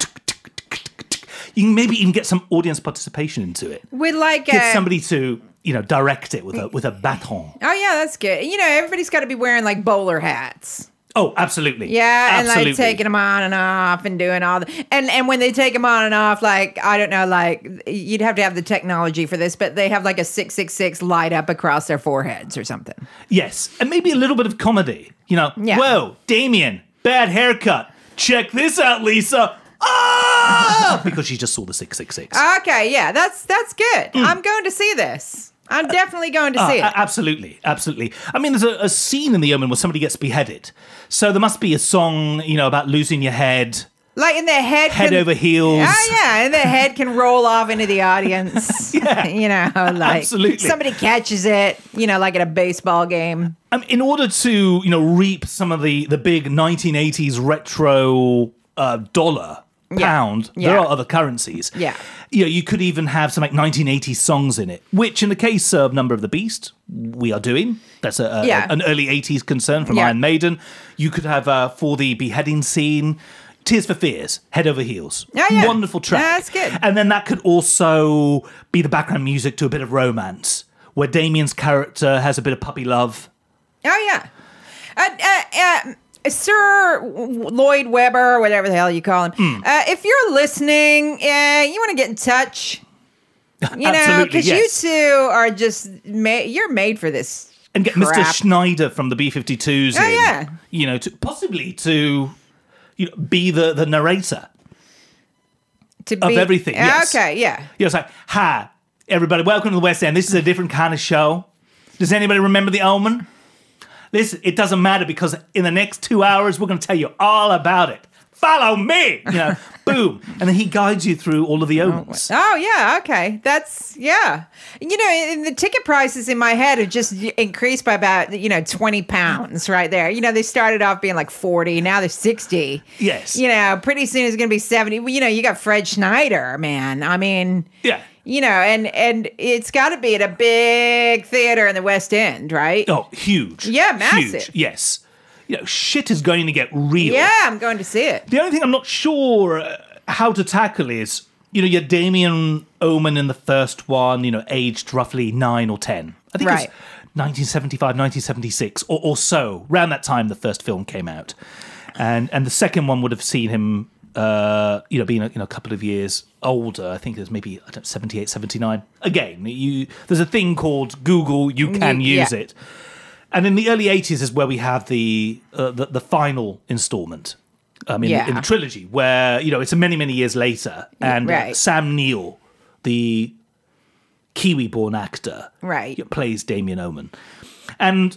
Speaker 3: You can maybe even get some audience participation into it.
Speaker 4: with like
Speaker 3: Get
Speaker 4: a,
Speaker 3: somebody to, you know, direct it with a with a baton.
Speaker 4: Oh yeah, that's good. You know, everybody's got to be wearing like bowler hats.
Speaker 3: Oh, absolutely.
Speaker 4: Yeah,
Speaker 3: absolutely.
Speaker 4: and like taking them on and off and doing all the and and when they take them on and off, like I don't know, like you'd have to have the technology for this, but they have like a six six six light up across their foreheads or something.
Speaker 3: Yes, and maybe a little bit of comedy. You know,
Speaker 4: Yeah.
Speaker 3: whoa, Damien, bad haircut. Check this out, Lisa. Ah! because she just saw the 666.
Speaker 4: Okay, yeah, that's that's good.
Speaker 3: Mm.
Speaker 4: I'm going to see this. I'm definitely going to
Speaker 3: Ah,
Speaker 4: see
Speaker 3: a-
Speaker 4: it.
Speaker 3: absolutely, absolutely. I mean, there's a, a scene in The Omen where somebody gets beheaded. So there must be a song, you know, about losing your head,
Speaker 4: like in their head,
Speaker 3: head
Speaker 4: can,
Speaker 3: over heels.
Speaker 4: Oh yeah, and the head can roll off into the audience. you know, like
Speaker 3: Absolutely.
Speaker 4: somebody catches it. You know, like at a baseball game.
Speaker 3: Um, in order to, you know, reap some of the, the big 1980s retro uh, dollar, pound, there
Speaker 4: Yeah.
Speaker 3: are other currencies.
Speaker 4: Yeah.
Speaker 3: You know, you could even have some like 1980s songs in it, which in the case of Number of the Beast, we are doing. That's a, a-
Speaker 4: Yeah.
Speaker 3: an early 80s concern from
Speaker 4: Yeah.
Speaker 3: Iron Maiden. You could have uh, for the beheading scene. Tears for Fears, Head Over Heels.
Speaker 4: Yeah, yeah.
Speaker 3: Wonderful track.
Speaker 4: Yeah, that's good.
Speaker 3: And then that could also be the background music to a bit of romance, where Damien's character has a bit of puppy love.
Speaker 4: Oh yeah, uh, uh, uh, Sir Lloyd Webber, whatever the hell you call him.
Speaker 3: Hmm.
Speaker 4: Uh, if you're listening, uh, you want to get in touch. You know,
Speaker 3: Absolutely,
Speaker 4: because
Speaker 3: yes.
Speaker 4: you two are just ma- you're made for this.
Speaker 3: and get Mr.
Speaker 4: Crap.
Speaker 3: Schneider from the B52s
Speaker 4: Oh,
Speaker 3: in,
Speaker 4: yeah.
Speaker 3: you know, to possibly to you know, be the, the narrator.
Speaker 4: To
Speaker 3: Of
Speaker 4: be,
Speaker 3: everything, yes.
Speaker 4: Okay, yeah.
Speaker 3: You know, it's like, hi, everybody, welcome to the West End. This is a different kind of show. Does anybody remember the omen? Listen, it doesn't matter because in the next two hours, we're going to tell you all about it. Follow me, you know, boom, and then he guides you through all of the omens.
Speaker 4: Oh yeah, okay. That's yeah. You know, and the ticket prices in my head have just increased by about you know twenty pounds right there. You know, they started off being like forty, now they're sixty.
Speaker 3: Yes.
Speaker 4: You know, pretty soon it's going to be seventy. Well, You know, you got Fred Schneider, man. I mean,
Speaker 3: Yeah.
Speaker 4: you know, and and it's got to be at a big theater in the West End, right?
Speaker 3: Oh, huge.
Speaker 4: Yeah,
Speaker 3: Huge.
Speaker 4: massive.
Speaker 3: Yes. You know, shit is going to get real.
Speaker 4: Yeah, I'm going to see it.
Speaker 3: The only thing I'm not sure uh, how to tackle is, you know, your Damien Omen in the first one, you know, aged roughly nine or ten. I think
Speaker 4: Right.
Speaker 3: it was 1975, 1976, or, or so, around that time the first film came out. And and the second one would have seen him, uh, you know, being a, you know, a couple of years older. I think it was maybe I don't know, 78, 79. Again, you there's a thing called Google, you can
Speaker 4: Mm, yeah.
Speaker 3: use it. And in the early 80s is where we have the uh, the, the final installment um, in, the, in
Speaker 4: Yeah.
Speaker 3: the trilogy, where you know it's many many years later, and uh,
Speaker 4: right.
Speaker 3: Sam Neill, the Kiwi-born actor,
Speaker 4: Right.
Speaker 3: you know, plays Damien Omen, and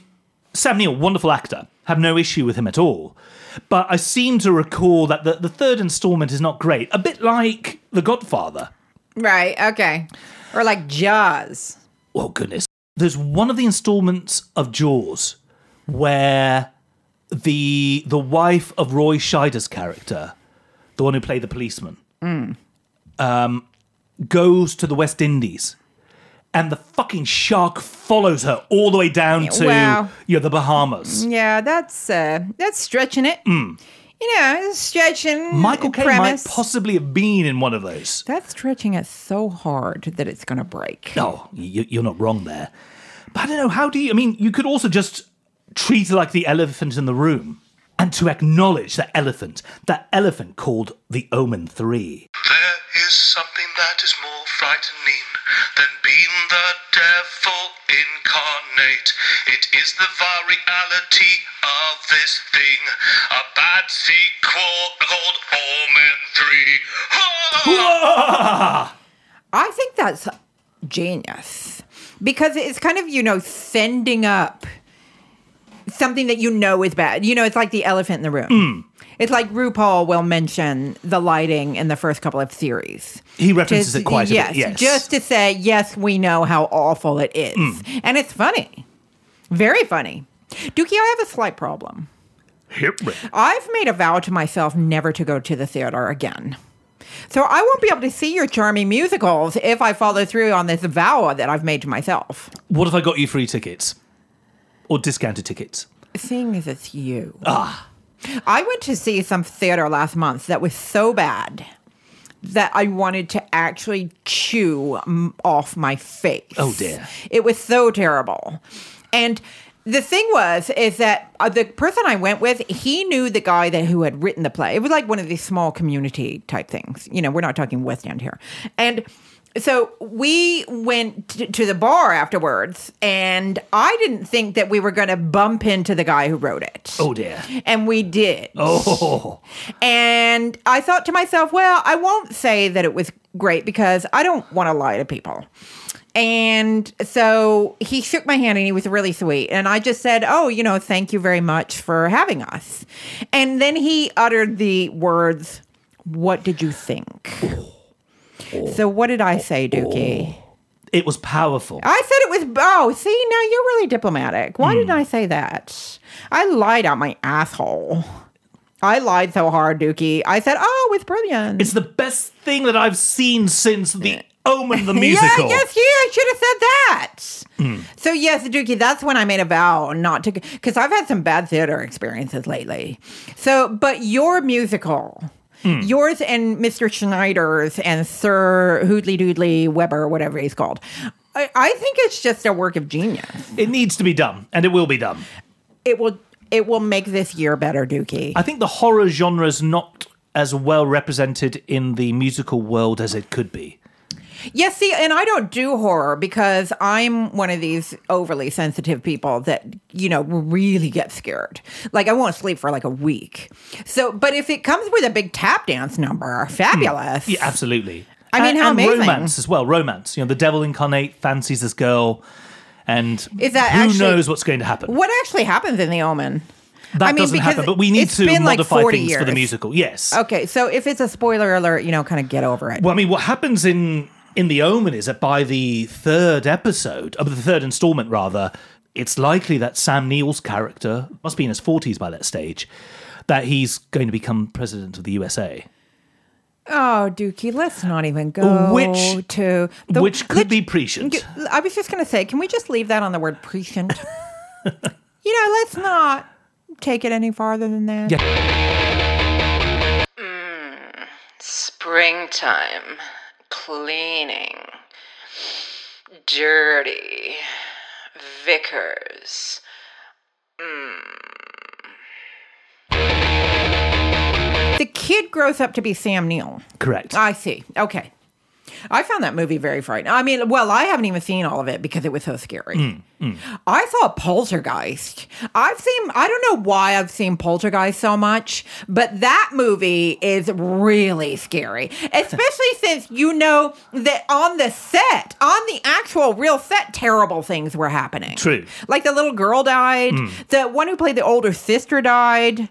Speaker 3: Sam Neill, wonderful actor, have no issue with him at all. But I seem to recall that the, the third installment is not great, a bit like The Godfather.
Speaker 4: Right? Okay. Or like Jaws.
Speaker 3: oh goodness there's one of the installments of jaws where the the wife of roy scheider's character the one who played the policeman um, goes to the west indies and the fucking shark follows her all the way down to
Speaker 4: Wow.
Speaker 3: you know, the Bahamas.
Speaker 4: Yeah, that's uh, that's stretching it. You know, it's stretching.
Speaker 3: Mm. Michael Caine might
Speaker 4: premise.
Speaker 3: possibly have been in one of those.
Speaker 4: That's stretching it so hard that it's going to break.
Speaker 3: No, you, you're not wrong there. But I don't know, how do you? I mean, you could also just treat it like the elephant in the room and to acknowledge that elephant, that elephant called the Omen 3.
Speaker 7: There is something that is more frightening than being the devil incarnate. It is the virality of this thing. A bad sequel called Omen 3.
Speaker 4: I think that's genius because it's kind of, you know, sending up something that you know is bad. You know, it's like the elephant in the room.
Speaker 3: Mm.
Speaker 4: It's like RuPaul will mention the lighting in the first couple of series.
Speaker 3: He references
Speaker 4: Just-
Speaker 3: it quite
Speaker 4: yes,
Speaker 3: a bit. Yes.
Speaker 4: Just to say, yes, we know how awful it is.
Speaker 3: Mm.
Speaker 4: And it's funny. Very funny. Dookie, I have a slight problem.
Speaker 3: Hit me.
Speaker 4: I've made a vow to myself never to go to the theater again. So I won't be able to see your charming musicals if I follow through on this vow that I've made to myself.
Speaker 3: What if I got you free tickets? Or discounted tickets?
Speaker 4: Seeing as it's you. Ah. I went to see some theater last month that was so bad that I wanted to actually chew mm, off my face.
Speaker 3: Oh, dear.
Speaker 4: It was so terrible. And the thing was is that uh, the person I went with, he knew the guy that who had written the play. It was like one of these small community type things. You know, we're not talking West End here. And so we went t- to the bar afterwards, and I didn't think that we were going to bump into the guy who wrote it.
Speaker 3: Oh dear.
Speaker 4: And we did.
Speaker 3: Oh,
Speaker 4: And I thought to myself, well, I won't say that it was great because I don't want to lie to people. And so he shook my hand and he was really sweet. And I just said, Oh, you know, thank you very much for having us. And then he uttered the words, What did you think? So what did I say, Dookie?
Speaker 3: it was powerful.
Speaker 4: I said it was oh, see, now you're really diplomatic. Why didn't
Speaker 3: Hmm.
Speaker 4: I say that? I lied out my asshole. I lied so hard, Dookie. I said, oh, it's brilliant.
Speaker 3: It's the best thing that I've seen since the Omen the
Speaker 4: Yeah,
Speaker 3: musical. Hmm.
Speaker 4: yes, yeah, I should have said that. So, yes, Dookie, that's when I made a vow not to, because I've had some bad theater experiences lately. So, but your musical,
Speaker 3: Hmm.
Speaker 4: yours and Mr. Schneider's and Sir Hoodley Doodley Weber, whatever he's called, I, I think it's just a work of genius.
Speaker 3: It needs to be done, and it will be done.
Speaker 4: It will. It will make this year better, Dookie.
Speaker 3: I think the horror genre is not as well represented in the musical world as it could be.
Speaker 4: Yes, see, and I don't do horror because I'm one of these overly sensitive people that, you know, really get scared. Like, I won't sleep for like a week. So, but if it comes with a big tap dance number, fabulous.
Speaker 3: Hmm. Yeah, absolutely.
Speaker 4: I mean,
Speaker 3: and,
Speaker 4: how
Speaker 3: and
Speaker 4: amazing.
Speaker 3: romance as well. Romance. You know, the devil incarnate fancies this girl, and
Speaker 4: Is that
Speaker 3: who
Speaker 4: actually-
Speaker 3: knows what's going to happen?
Speaker 4: What actually happens in The Omen?
Speaker 3: that
Speaker 4: I mean,
Speaker 3: doesn't
Speaker 4: because
Speaker 3: happen. But we need
Speaker 4: it's
Speaker 3: to
Speaker 4: been like
Speaker 3: modify
Speaker 4: 40
Speaker 3: things for the
Speaker 4: years.
Speaker 3: musical. Yes.
Speaker 4: Okay, so if it's a spoiler alert, you know, kind of get over it.
Speaker 3: Well, I mean, what happens in in the Omen is that by the third episode, of the third installment rather, it's likely that Sam Neill's character must be in his forties by that stage, that he's going to become president of the USA,
Speaker 4: Oh, Dookie, let's not even go
Speaker 3: Which-
Speaker 4: to the-
Speaker 3: which could
Speaker 4: let's-
Speaker 3: be prescient.
Speaker 4: I was just going to say, can we just leave that on the word prescient? you know, let's not take it any farther than that.
Speaker 9: Springtime. Cleaning. Dirty. Vickers.
Speaker 4: The kid grows up to be Sam Neill.
Speaker 3: Correct.
Speaker 4: I see. Okay. I found that movie very frightening. I mean, well, I haven't even seen all of it because it was so scary. I saw Poltergeist. I've seen, I don't know why I've seen Poltergeist so much, but that movie is really scary, especially since you know that on the set, on the actual real set, terrible things were happening.
Speaker 3: True.
Speaker 4: Like the little girl died, the one who played the older sister died.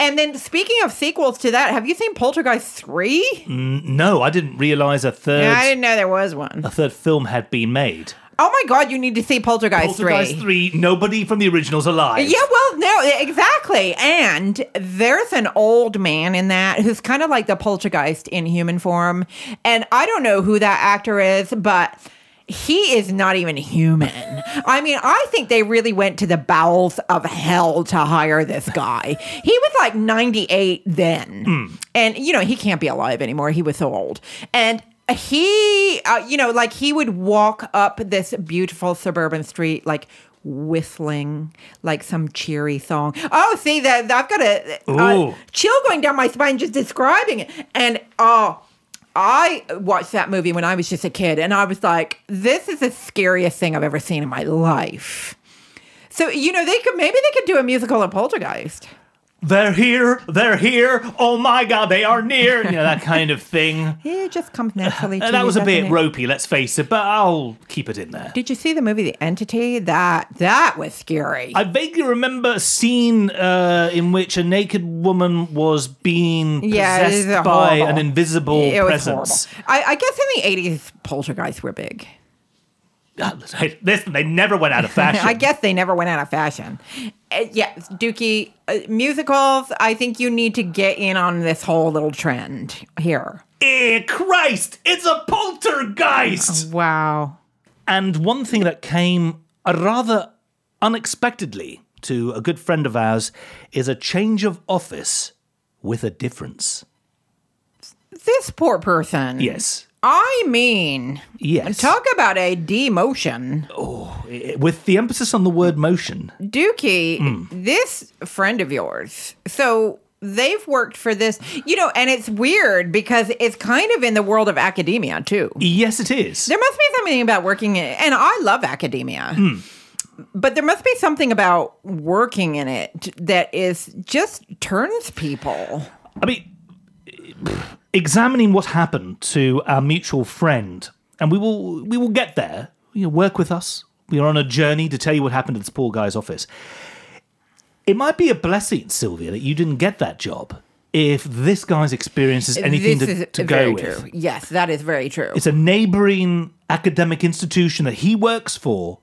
Speaker 4: And then speaking of sequels to that, have you seen Poltergeist 3?
Speaker 3: no, I didn't realize a third
Speaker 4: I didn't know there was one.
Speaker 3: a third film had been made.
Speaker 4: Oh my god, you need to see Poltergeist,
Speaker 3: Poltergeist
Speaker 4: 3.
Speaker 3: three. Nobody from the originals alive.
Speaker 4: Yeah, well, no, exactly. And there's an old man in that who's kind of like the poltergeist in human form. And I don't know who that actor is, but he is not even human. I mean, I think they really went to the bowels of hell to hire this guy. He was like 98 then. And, you know, he can't be alive anymore. He was so old. And he, uh, you know, like he would walk up this beautiful suburban street, like, Whistling like some cheery song. Oh, see that I've got a
Speaker 3: Ooh.
Speaker 4: uh, chill going down my spine just describing it. And oh, I watched that movie when I was just a kid, and I was like, this is the scariest thing I've ever seen in my life. So you know they could maybe they could do a musical of Poltergeist.
Speaker 3: They're here, they're here. Oh my god, they are near. You know that kind of thing.
Speaker 4: It just comes naturally. to
Speaker 3: And that
Speaker 4: you,
Speaker 3: was a
Speaker 4: doesn't
Speaker 3: bit
Speaker 4: it?
Speaker 3: ropey, let's face it, but I'll keep it in there.
Speaker 4: Did you see the movie The Entity? That that was scary.
Speaker 3: I vaguely remember a scene uh, in which a naked woman was being
Speaker 4: Yeah, it is
Speaker 3: possessed
Speaker 4: horrible.
Speaker 3: by an invisible
Speaker 4: it was
Speaker 3: presence.
Speaker 4: horrible. I, I guess in the eighties, poltergeists were big.
Speaker 3: Listen, they never went out of fashion.
Speaker 4: I guess they never went out of fashion. Uh, yes, Dookie, uh, musicals. I think you need to get in on this whole little trend here.
Speaker 3: Eh, Christ, it's a poltergeist!
Speaker 4: Wow.
Speaker 3: And one thing that came uh, rather unexpectedly to a good friend of ours is a change of office with a difference.
Speaker 4: This poor person.
Speaker 3: Yes.
Speaker 4: I mean,
Speaker 3: Yes.
Speaker 4: talk about a demotion.
Speaker 3: Eh, With the emphasis on the word motion.
Speaker 4: Dookie, this friend of yours. So they've worked for this, you know, and it's weird because it's kind of in the world of academia too.
Speaker 3: Yes, it is.
Speaker 4: There must be something about working in, and I love academia.
Speaker 3: Hmm.
Speaker 4: But there must be something about working in it that is just turns people.
Speaker 3: I mean, examining what happened to our mutual friend, and we will we will get there. You know, work with us. We are on a journey to tell you what happened to this poor guy's office. It might be a blessing, Sylvia, that you didn't get that job. If this guy's experience is anything
Speaker 4: this
Speaker 3: to,
Speaker 4: is
Speaker 3: to
Speaker 4: very
Speaker 3: go with,
Speaker 4: true. Yes, that is very true.
Speaker 3: it's a neighbouring academic institution that he works for,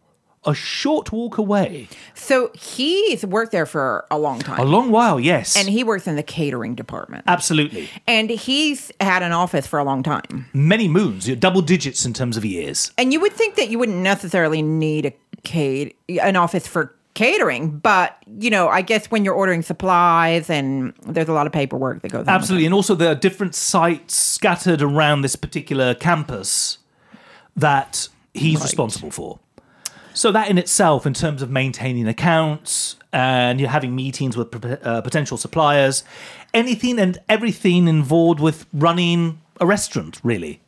Speaker 3: a short walk away.
Speaker 4: So he's worked there for a long time.
Speaker 3: A long while, yes,
Speaker 4: and he works in the catering department.
Speaker 3: absolutely
Speaker 4: And he's had an office for a long time.
Speaker 3: many moons, you know, double digits in terms of years.
Speaker 4: And you would think that you wouldn't necessarily need a cate- an office for catering, but you know, I guess when you're ordering supplies and there's a lot of paperwork that goes on.
Speaker 3: Absolutely. And also, there are different sites scattered around this particular campus that he's responsible for. So, that in itself, in terms of maintaining accounts and you're having meetings with pot- uh, potential suppliers, anything and everything involved with running a restaurant really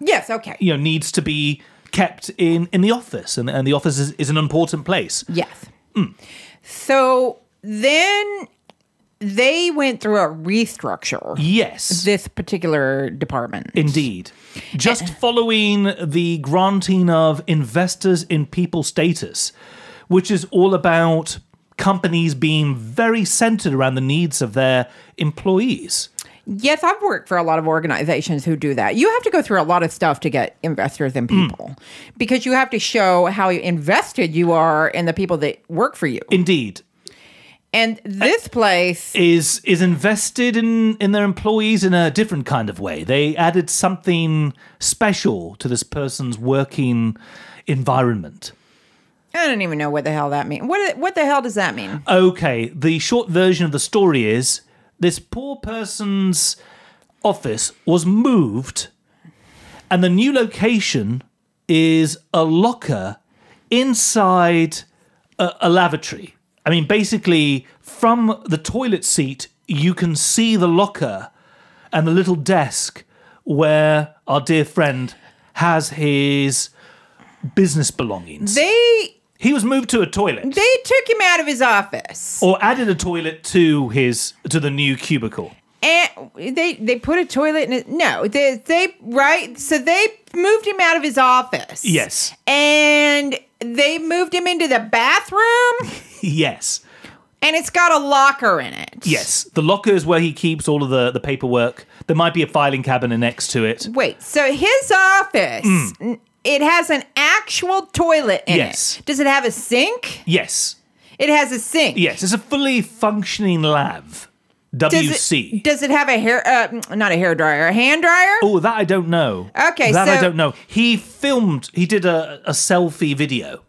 Speaker 4: Yes, okay.
Speaker 3: you know needs to be kept in in the office and, and the office is, is an important place
Speaker 4: Yes. So then they went through a restructure.
Speaker 3: yes
Speaker 4: This particular department.
Speaker 3: Indeed. Just following the granting of investors in people status, which is all about companies being very centered around the needs of their employees.
Speaker 4: Yes, I've worked for a lot of organizations who do that. You have to go through a lot of stuff to get investors and people because you have to show how invested you are in the people that work for you.
Speaker 3: Indeed.
Speaker 4: And this place,
Speaker 3: Is is invested in, in their employees in a different kind of way. They added something special to this person's working environment.
Speaker 4: I don't even know what the hell that means. What what the hell does that mean?
Speaker 3: Uh okay, the short version of the story is this poor person's office was moved, and the new location is a locker inside a, a lavatory. I mean, basically, from the toilet seat, you can see the locker and the little desk where our dear friend has his business belongings.
Speaker 4: They
Speaker 3: he was moved to a toilet
Speaker 4: they took him out of his office.
Speaker 3: or added a toilet to his to the new cubicle.
Speaker 4: and they they put a toilet in it. No, they they right. So they moved him out of his office.
Speaker 3: Yes.
Speaker 4: and they moved him into the bathroom,
Speaker 3: Yes,
Speaker 4: and it's got a locker in it.
Speaker 3: yes. The locker is where he keeps all of the the paperwork. There might be a filing cabinet next to it.
Speaker 4: Wait, so his office.
Speaker 3: Mm.
Speaker 4: n- It has an actual toilet in
Speaker 3: Yes.
Speaker 4: it. Does it have a sink?
Speaker 3: Yes,
Speaker 4: It has a sink.
Speaker 3: yes. It's a fully functioning lav.
Speaker 4: Does
Speaker 3: WC.
Speaker 4: it, does it have a hair? Uh, not a hair dryer, a hand dryer.
Speaker 3: Oh, that I don't know.
Speaker 4: Okay,
Speaker 3: that I
Speaker 4: so-
Speaker 3: don't know. He filmed. He did a, a selfie video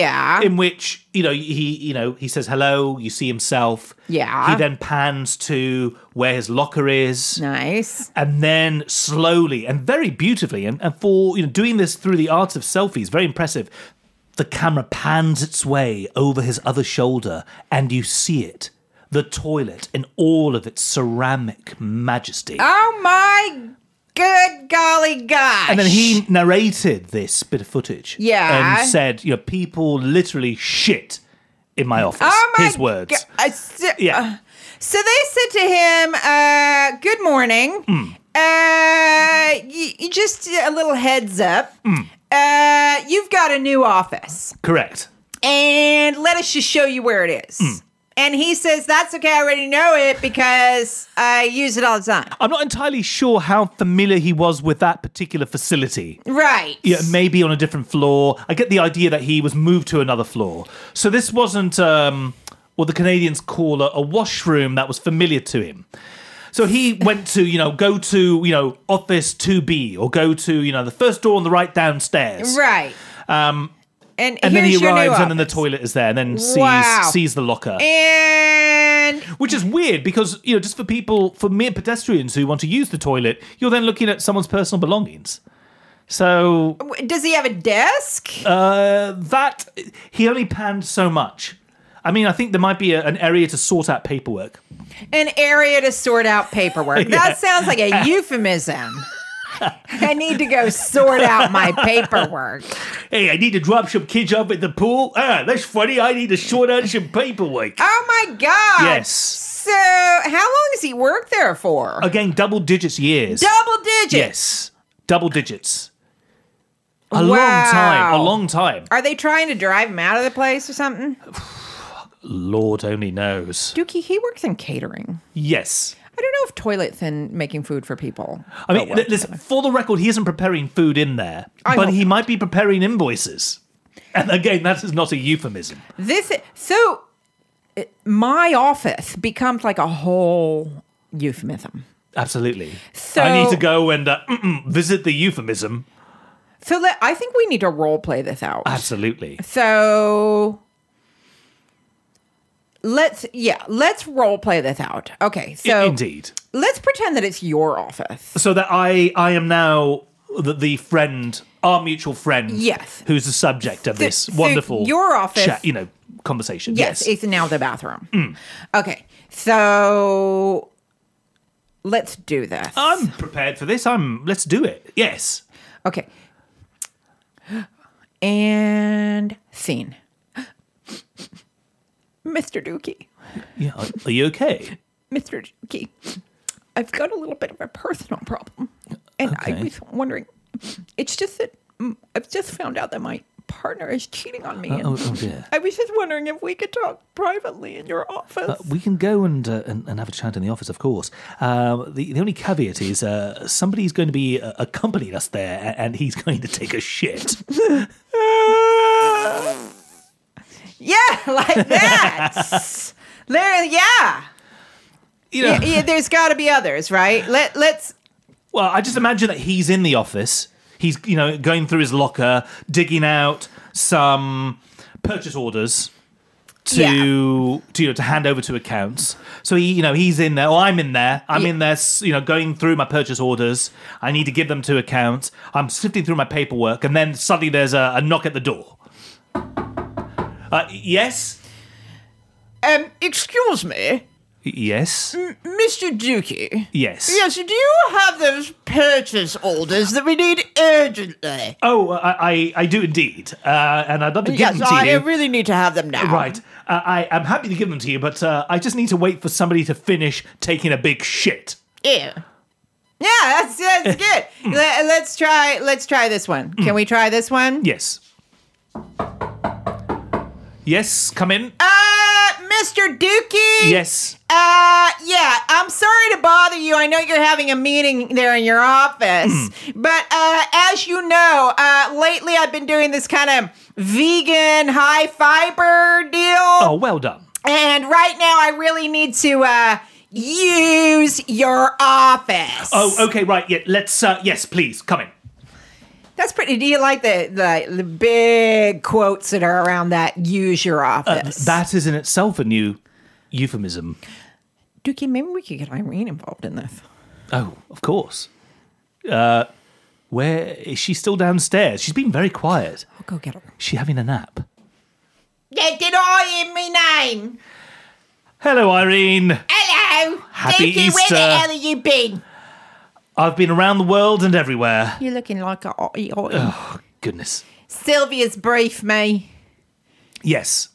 Speaker 4: Yeah,
Speaker 3: in which you know he you know he says hello. You see himself.
Speaker 4: Yeah.
Speaker 3: He then pans to where his locker is.
Speaker 4: nice.
Speaker 3: And then slowly and very beautifully, and, and for you know doing this through the art of selfies, very impressive. The camera pans its way over his other shoulder, and you see it. The toilet in all of its ceramic majesty.
Speaker 4: Oh my good golly gosh!
Speaker 3: And then he narrated this bit of footage.
Speaker 4: Yeah.
Speaker 3: And said, you know, people literally shit in my office.
Speaker 4: Oh my
Speaker 3: His words.
Speaker 4: go- uh, so,
Speaker 3: Yeah.
Speaker 4: so they said to him, uh, "Good morning.
Speaker 3: Mm.
Speaker 4: Uh, y- y- just a little heads up.
Speaker 3: Mm.
Speaker 4: Uh, you've got a new office,
Speaker 3: Correct.
Speaker 4: and let us just show you where it is."
Speaker 3: Mm.
Speaker 4: And he says, "That's okay. I already know it because I use it all the time."
Speaker 3: I'm not entirely sure how familiar he was with that particular facility.
Speaker 4: Right.
Speaker 3: Yeah, maybe on a different floor. I get the idea that he was moved to another floor. So this wasn't um, what the Canadians call a, a washroom that was familiar to him. So he went to, you know, go to, you know, office 2B or go to, you know, the first door on the right downstairs.
Speaker 4: Right.
Speaker 3: Um,
Speaker 4: And,
Speaker 3: and then
Speaker 4: here's
Speaker 3: he
Speaker 4: your new
Speaker 3: arrives and then the
Speaker 4: office.
Speaker 3: toilet is there and then sees
Speaker 4: Wow.
Speaker 3: sees the locker
Speaker 4: And
Speaker 3: which is weird because you know just for people for mere pedestrians who want to use the toilet you're then looking at someone's personal belongings so
Speaker 4: w- does he have a desk?
Speaker 3: uh, that he only panned so much i mean i think there might be a, an area to sort out paperwork
Speaker 4: an area to sort out paperwork. That sounds like a euphemism. I need to go sort out my paperwork.
Speaker 3: hey i need to drop some kids up at the pool ah that's funny i need to sort out some paperwork
Speaker 4: Oh my God.
Speaker 3: Yes.
Speaker 4: So, how long has he worked there for?
Speaker 3: again double digits years
Speaker 4: Double digits.
Speaker 3: yes double digits a long
Speaker 4: Wow.
Speaker 3: time a long time
Speaker 4: Are they trying to drive him out of the place or something?
Speaker 3: Lord only knows.
Speaker 4: Dookie, he works in catering.
Speaker 3: Yes.
Speaker 4: I don't know if toilets and making food for people.
Speaker 3: I mean, li- listen, for the record, he isn't preparing food in there,
Speaker 4: Oh, I
Speaker 3: but
Speaker 4: hope
Speaker 3: he might be preparing invoices. And again, that is not a euphemism.
Speaker 4: This so uh, my office becomes like a whole euphemism.
Speaker 3: Absolutely.
Speaker 4: So
Speaker 3: I need to go and uh, mm-mm, visit the euphemism.
Speaker 4: So let, I think we need to role play this out.
Speaker 3: Absolutely.
Speaker 4: So let's yeah, let's role play this out. Okay,
Speaker 3: I-
Speaker 4: so
Speaker 3: Indeed.
Speaker 4: let's pretend that it's your office.
Speaker 3: So that I, I am now the, the friend, our mutual friend,
Speaker 4: Yes.
Speaker 3: who's the subject of
Speaker 4: Th-
Speaker 3: this
Speaker 4: so
Speaker 3: wonderful
Speaker 4: your office-
Speaker 3: chat, you know, conversation.
Speaker 4: Yes,
Speaker 3: Yes. Mm.
Speaker 4: it's now the bathroom. Okay, so let's do this.
Speaker 3: I'm prepared for this. I'm. Let's do it. Yes.
Speaker 4: okay, and scene. Mr. Dookie,
Speaker 3: Yeah. Are, are you okay?
Speaker 4: Mr. Dookie, I've got a little bit of a personal problem. And I
Speaker 3: Okay.
Speaker 4: was wondering, it's just that mm, I've just found out that my partner is cheating on me. and
Speaker 3: Oh, oh dear.
Speaker 4: I was just wondering if we could talk privately in your office.
Speaker 3: Uh, we can go and, uh, and and have a chat in the office, of course. Um, the the only caveat is uh, somebody's going to be uh, accompanying us there, a- and he's going to take a shit.
Speaker 4: yeah, like that. there, yeah.
Speaker 3: You know,
Speaker 4: yeah, yeah there's got to be others, right? Let let's.
Speaker 3: well, I just imagine that he's in the office. He's you know going through his locker, digging out some purchase orders to to you know, to hand over to accounts. So he you know he's in there. Well, I'm in there. I'm in there. s- You know, going through my purchase orders. I need to give them to accounts. I'm sifting through my paperwork, and then suddenly there's a, a knock at the door. Uh, yes,
Speaker 4: Um, excuse me,
Speaker 3: Y- yes,
Speaker 4: Mr. Dookie.
Speaker 3: yes.
Speaker 4: Mm. Yes, do you have those purchase orders that we need urgently?
Speaker 3: Oh, I, I I do indeed, uh, and I'd love to give
Speaker 4: Yes,
Speaker 3: them to
Speaker 4: I
Speaker 3: you.
Speaker 4: really need to have them now.
Speaker 3: Right. Uh, I am happy to give them to you, but uh, I just need to wait for somebody to finish taking a big shit.
Speaker 4: Yeah. Yeah, that's, that's good. Let, let's try. Let's try this one. Can we try this one?
Speaker 3: Yes. Yes, come in.
Speaker 4: Uh, Mr. Dookie.
Speaker 3: Yes.
Speaker 4: Uh, yeah. I'm sorry to bother you. I know you're having a meeting there in your office,
Speaker 3: Hmm.
Speaker 4: but uh, as you know, uh, lately I've been doing this kind of vegan, high fiber deal,
Speaker 3: Oh, well done.
Speaker 4: and right now I really need to uh Use your office.
Speaker 3: Oh, okay, right. Yeah, let's. Uh, yes, please come in.
Speaker 4: That's pretty. Do you like the, the the big quotes that are around that? Use your office.
Speaker 3: Uh, That is in itself a new euphemism.
Speaker 4: Dookie, maybe we could get Irene involved in this.
Speaker 3: Oh, of course. Uh, where is she? Still downstairs. She's been very quiet.
Speaker 4: I'll go get her.
Speaker 3: Is she having a nap?
Speaker 1: Get it all in me name.
Speaker 3: Hello, Irene.
Speaker 1: Hello.
Speaker 3: Happy
Speaker 1: Dookie,
Speaker 3: Easter.
Speaker 1: Where the hell have you been?
Speaker 3: I've been around the world and everywhere.
Speaker 4: You're looking like a hottie, hottie.
Speaker 3: Goodness.
Speaker 4: Sylvia's brief me.
Speaker 3: Yes.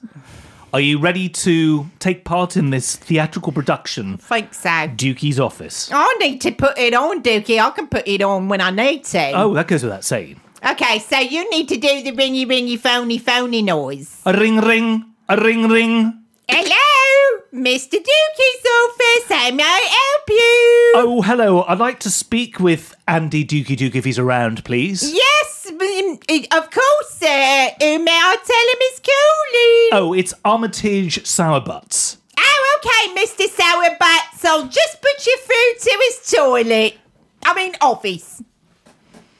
Speaker 3: Are you ready to take part in this theatrical production,
Speaker 4: Think so.
Speaker 3: Dukey's Office?
Speaker 1: Um,
Speaker 4: I need to put it on, Dookie. I can put it on when I need to.
Speaker 3: Oh, that goes without saying.
Speaker 4: Okay, so you need to do the ringy ringy phony phony noise.
Speaker 3: A ring, ring, a ring, ring.
Speaker 4: Hello, Mr. Dookie's office. How may I help you?
Speaker 3: Oh, hello. I'd like to speak with Andy Dukey Duke if he's around, please.
Speaker 4: Yes, mm, eh, of course, sir. Who may I tell him is calling?
Speaker 3: Oh, it's Armitage Sourbutts.
Speaker 4: Oh, okay, Mr. Sourbutts. I'll just put you through to his toilet. I mean, office.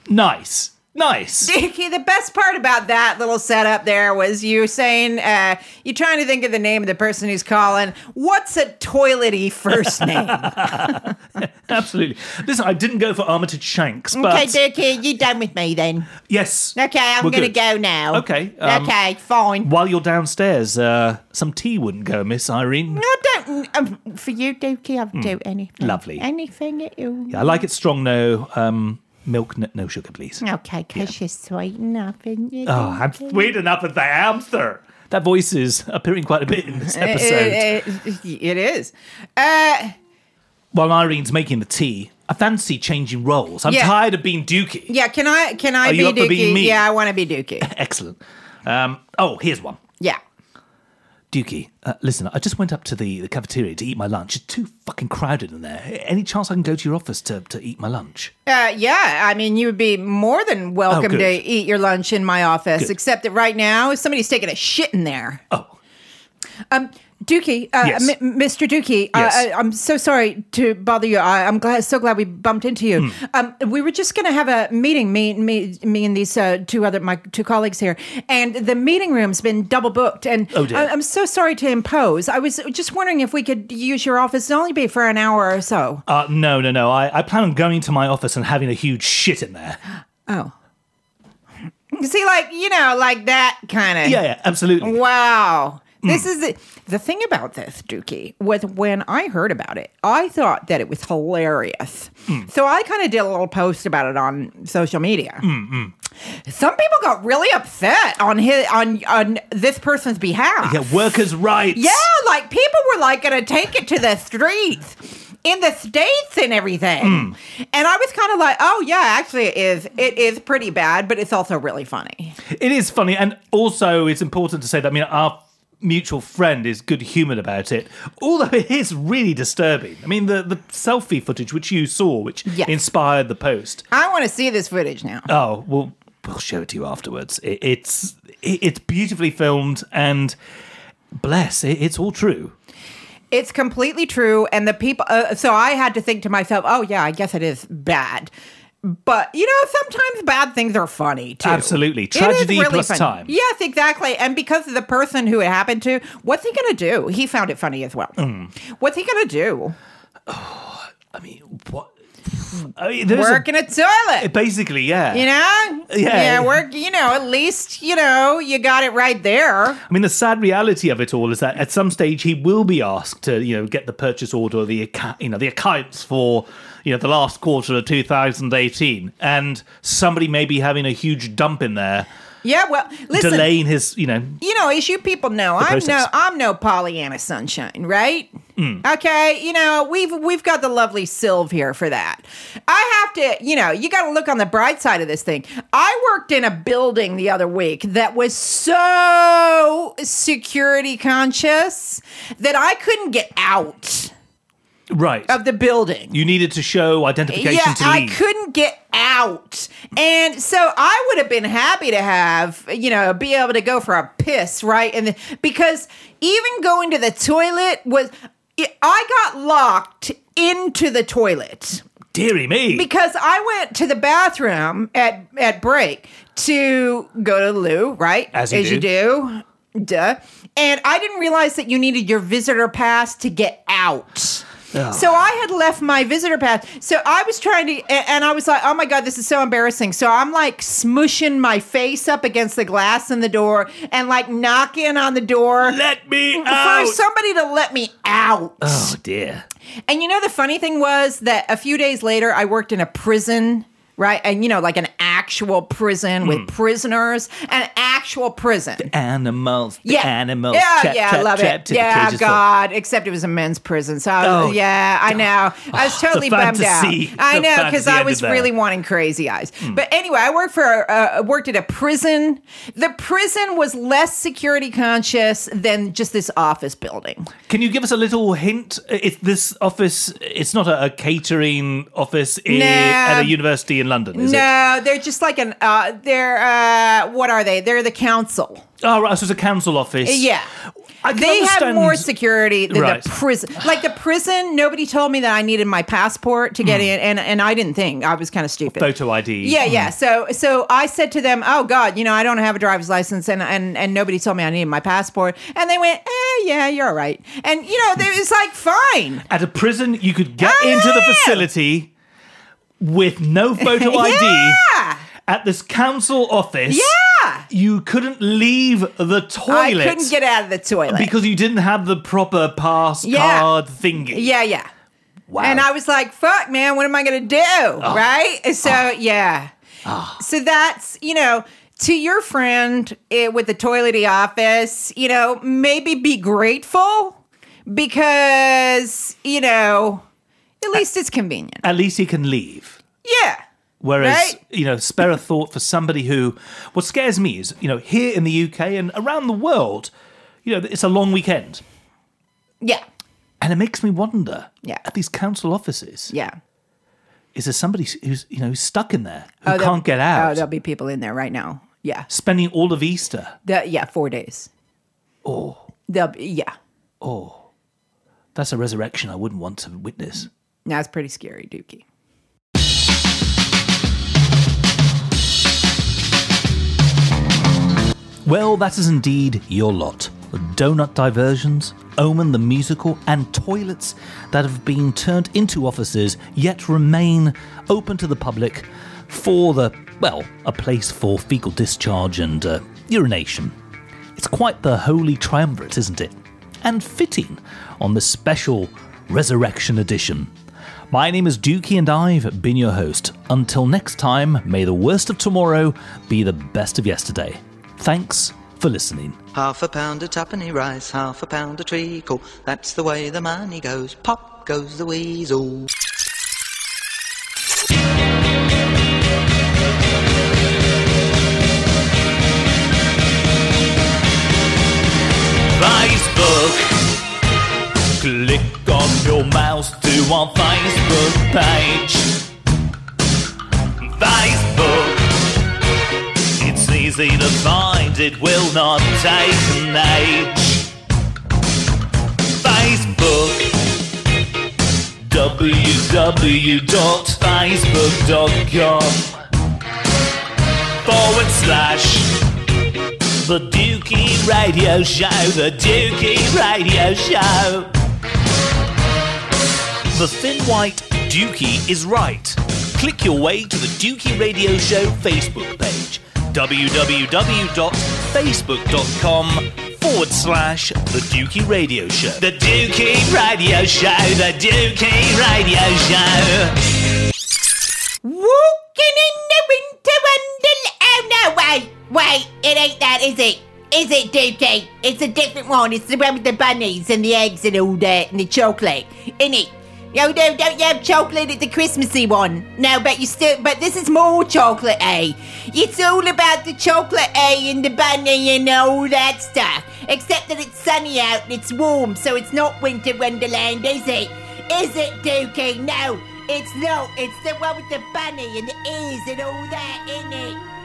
Speaker 3: Nice. Nice.
Speaker 4: Dookie, the best part about that little setup there was you saying, uh, you trying to think of the name of the person who's calling. What's a toilety first name?
Speaker 3: Absolutely. Listen, I didn't go for Armitage Shanks, but
Speaker 4: okay, Dookie, you done with me then.
Speaker 3: yes.
Speaker 4: Okay, I'm
Speaker 3: we're
Speaker 4: gonna
Speaker 3: good.
Speaker 4: go now.
Speaker 3: Okay, um,
Speaker 4: okay, fine.
Speaker 3: While you're downstairs, uh, some tea wouldn't go amiss, Irene.
Speaker 4: I don't. Um, for you, Dookie, I'd do anything.
Speaker 3: Hmm, Lovely.
Speaker 4: Anything at all.
Speaker 3: I like it strong, no um, milk, no, no sugar, please.
Speaker 4: Okay, because you're sweet enough, and you.
Speaker 3: Oh, I'm sweet enough as I am, sir. That voice is appearing quite a bit in this episode.
Speaker 4: It, it- it is. Uh,
Speaker 3: While Irene's making the tea, I fancy changing roles. I'm
Speaker 4: Yeah.
Speaker 3: tired of being Dookie.
Speaker 4: yeah, can I can I
Speaker 3: Are
Speaker 4: be
Speaker 3: you up for
Speaker 4: Dookie?
Speaker 3: being me?
Speaker 4: Yeah, I want to be Dookie.
Speaker 3: Excellent. Um, oh, here's one.
Speaker 4: Yeah.
Speaker 3: Dookie, uh, listen, I just went up to the, the cafeteria to eat my lunch. It's too fucking crowded in there. Any chance I can go to your office to, to eat my lunch?
Speaker 4: Uh, yeah, I mean, you would be more than welcome to
Speaker 3: Oh, good.
Speaker 4: eat your lunch in my office,
Speaker 3: Good.
Speaker 4: except that right now somebody's taking a shit in there.
Speaker 3: Oh,
Speaker 4: Um, Dookie, uh,
Speaker 3: Yes.
Speaker 4: M- Mr. Dookie,
Speaker 3: Yes.
Speaker 4: uh, I, I'm so sorry to bother you. I, I'm glad, so glad we bumped into you.
Speaker 3: Hmm.
Speaker 4: Um, we were just going to have a meeting, me, me, me, and these uh, two other my two colleagues here, and the meeting room's been double booked. And
Speaker 3: Oh, dear.
Speaker 4: I, I'm so sorry to impose. I was just wondering if we could use your office. It'll only be for an hour or so.
Speaker 3: uh, no, no, no. I, I plan on going to my office and having a huge shit in there.
Speaker 4: oh, see, like you know, like that kind of
Speaker 3: Yeah, Hmm. yeah, absolutely.
Speaker 4: Wow. This is the, the thing about this, Dookie, was when I heard about it, I thought that it was hilarious.
Speaker 3: Hmm.
Speaker 4: So I kind of did a little post about it on social media.
Speaker 3: Hmm,
Speaker 4: Some people got really upset on his, on on this person's behalf.
Speaker 3: Yeah, workers' rights.
Speaker 4: Yeah, like people were like going to take it to the streets in the states and everything.
Speaker 3: Hmm.
Speaker 4: And I was kind of like, "Oh yeah, actually it is it is pretty bad, but it's also really funny."
Speaker 3: It is funny, and also it's important to say that I mean our mutual friend is good humoured about it, although it is really disturbing. I mean the the selfie footage which you saw, which
Speaker 4: Yes.
Speaker 3: inspired the post.
Speaker 4: I want to see this footage now.
Speaker 3: Oh well, we'll show it to you afterwards. It, it's it, it's beautifully filmed, and bless it, it's all true.
Speaker 4: It's completely true. And the people, uh, so I had to think to myself, oh, yeah, I guess it is bad. But, you know, sometimes bad things are funny, too.
Speaker 3: Absolutely.
Speaker 4: It is
Speaker 3: Tragedy plus time.
Speaker 4: Yes, exactly. And because of the person who it happened to, what's he going to do? He found it funny as well.
Speaker 3: Mm.
Speaker 4: What's he going to do?
Speaker 3: I mean, what? I mean, there's a-
Speaker 4: Work in a toilet.
Speaker 3: basically, yeah.
Speaker 4: You know?
Speaker 3: Yeah.
Speaker 4: Yeah, work, you know, at least, you know, you got it right there.
Speaker 3: I mean, the sad reality of it all is that at some stage he will be asked to, you know, get the purchase order, the acca- you know, the accounts for, you know, the last quarter of 2018, and somebody may be having a huge dump in there,
Speaker 4: Yeah, well, listen.
Speaker 3: delaying his, you know,
Speaker 4: you know, as you people know, I'm no
Speaker 3: process.
Speaker 4: I'm no Pollyanna sunshine, right? Okay, you know, we've we've got the lovely Sylve here for that. I have to, you know, you gotta look on the bright side of this thing. I worked in a building the other week that was so security conscious that I couldn't get out
Speaker 3: right.
Speaker 4: of the building.
Speaker 3: you needed to show identification
Speaker 4: Yeah,
Speaker 3: to
Speaker 4: I
Speaker 3: leave.
Speaker 4: couldn't get out. And so I would have been happy to have, you know, be able to go for a piss, right? And then, because even going to the toilet was it, I got locked into the toilet
Speaker 3: Deary me.
Speaker 4: because I went to the bathroom at at break to go to the loo, right?
Speaker 3: As you
Speaker 4: do. Duh. And I didn't realize that you needed your visitor pass to get out. So I had left my visitor pass. So I was trying to, a- and I was like, "Oh my god, this is so embarrassing." So I'm like smushing my face up against the glass in the door, and like knocking on the door
Speaker 3: Let me
Speaker 4: for
Speaker 3: out.
Speaker 4: somebody to let me out.
Speaker 3: oh dear.
Speaker 4: And you know, the funny thing was that a few days later, I worked in a prison, right? And you know, like an actual prison
Speaker 3: Hmm.
Speaker 4: with prisoners, an actual prison.
Speaker 3: Animals. The Animals.
Speaker 4: Yeah,
Speaker 3: Trap,
Speaker 4: yeah, I
Speaker 3: trap,
Speaker 4: love
Speaker 3: trap
Speaker 4: it.
Speaker 3: till the
Speaker 4: Yeah,
Speaker 3: cages fall.
Speaker 4: God. Except it was a men's prison. So, I was,
Speaker 3: Oh,
Speaker 4: yeah, I know. I was totally bummed out.
Speaker 3: fantasy.
Speaker 4: I
Speaker 3: The
Speaker 4: know because
Speaker 3: fantasy
Speaker 4: I
Speaker 3: ended
Speaker 4: was
Speaker 3: there.
Speaker 4: really wanting crazy eyes.
Speaker 3: Hmm.
Speaker 4: But anyway, I worked for uh, worked at a prison. The prison was less security conscious than just this office building.
Speaker 3: Can you give us a little hint? It's this office. It's not a, a catering office i-
Speaker 4: Nah.
Speaker 3: at a university in London, is it?
Speaker 4: no, they're just like an. Uh, they're uh, what are they? They're the council.
Speaker 3: Oh, right. So it's a council office.
Speaker 4: Yeah.
Speaker 3: I can
Speaker 4: They have
Speaker 3: understand-
Speaker 4: more security than
Speaker 3: Right.
Speaker 4: the prison. Like the prison, nobody told me that I needed my passport to
Speaker 3: Hmm.
Speaker 4: get in, and, and I didn't think I was kind of stupid.
Speaker 3: Photo ID.
Speaker 4: Yeah, yeah. So so I said to them, "Oh God, you know, I don't have a driver's license, and and and nobody told me I needed my passport." And they went, "Eh, yeah, you're all right." And you know, they, it's like fine.
Speaker 3: At a prison, you could get
Speaker 4: Ah,
Speaker 3: into the
Speaker 4: yeah.
Speaker 3: facility with no photo ID.
Speaker 4: Yeah,
Speaker 3: At this council office,
Speaker 4: yeah.
Speaker 3: you couldn't leave the
Speaker 4: I
Speaker 3: toilet
Speaker 4: couldn't get out of the toilet
Speaker 3: because you didn't have the proper pass
Speaker 4: Yeah.
Speaker 3: card thingy.
Speaker 4: Yeah, yeah.
Speaker 3: Wow. Oh.
Speaker 4: And I was like, fuck, man, what am I going to do? Right? And So, yeah. So that's, you know, to your friend eh, with the toilety office, you know, maybe be grateful because, you know,
Speaker 3: Uh,
Speaker 4: at least it's convenient.
Speaker 3: At least he can leave.
Speaker 4: Yeah.
Speaker 3: Whereas,
Speaker 4: Right?
Speaker 3: you know, spare a thought for somebody who, what scares me is, you know, here in the UK and around the world, you know, it's a long weekend.
Speaker 4: Yeah.
Speaker 3: And it makes me wonder
Speaker 4: Yeah.
Speaker 3: at these council offices,
Speaker 4: Yeah.
Speaker 3: is there somebody who's, you know, stuck in there who
Speaker 4: Oh, there'll-
Speaker 3: can't get
Speaker 4: Oh,
Speaker 3: out,
Speaker 4: there'll be people in there right now. Yeah.
Speaker 3: spending all of Easter?
Speaker 4: The- yeah, four days.
Speaker 3: Oh,
Speaker 4: They'll be, yeah.
Speaker 3: that's a resurrection I wouldn't want to witness.
Speaker 4: That's pretty scary, Dookie.
Speaker 3: Well, that is indeed your lot. Donut diversions, Omen the musical, and toilets that have been turned into offices yet remain open to the public for the, well, a place for fecal discharge and uh, urination. It's quite the holy triumvirate, isn't it? And fitting on the special Resurrection Edition. My name is Dookie, and I've been your host. Until next time, may the worst of tomorrow be the best of yesterday. Thanks for listening.
Speaker 10: Half a pound of tuppenny rice, half a pound of treacle. That's the way the money goes. Pop goes the weasel.
Speaker 3: Facebook. Click on your mouse to our Facebook page. Facebook. It's easy to find, it will not take an age. Facebook. www.facebook.com forward slash the Dookie Radio Show, the Dookie Radio Show. The Thin White Dookie is right. Click your way to the Dookie Radio Show Facebook page www.facebook.com forward slash The Dookie Radio Show. The Dookie Radio Show, The Dookie Radio Show.
Speaker 1: Walking in the winter wonderland. Oh no, wait, wait, it ain't that, is it? Is it, Dookie? It's a different one. It's the one with the bunnies and the eggs and all that and the chocolate, in it? No, no, don't you have chocolate at the Christmassy one? No, but you still, but this is more chocolate, eh? It's all about the chocolate, eh, and the bunny and all that stuff. Except that it's sunny out and it's warm, so it's not winter wonderland, is it? Is it, Dookie? No, it's no. It's the one with the bunny and the ears and all that in it.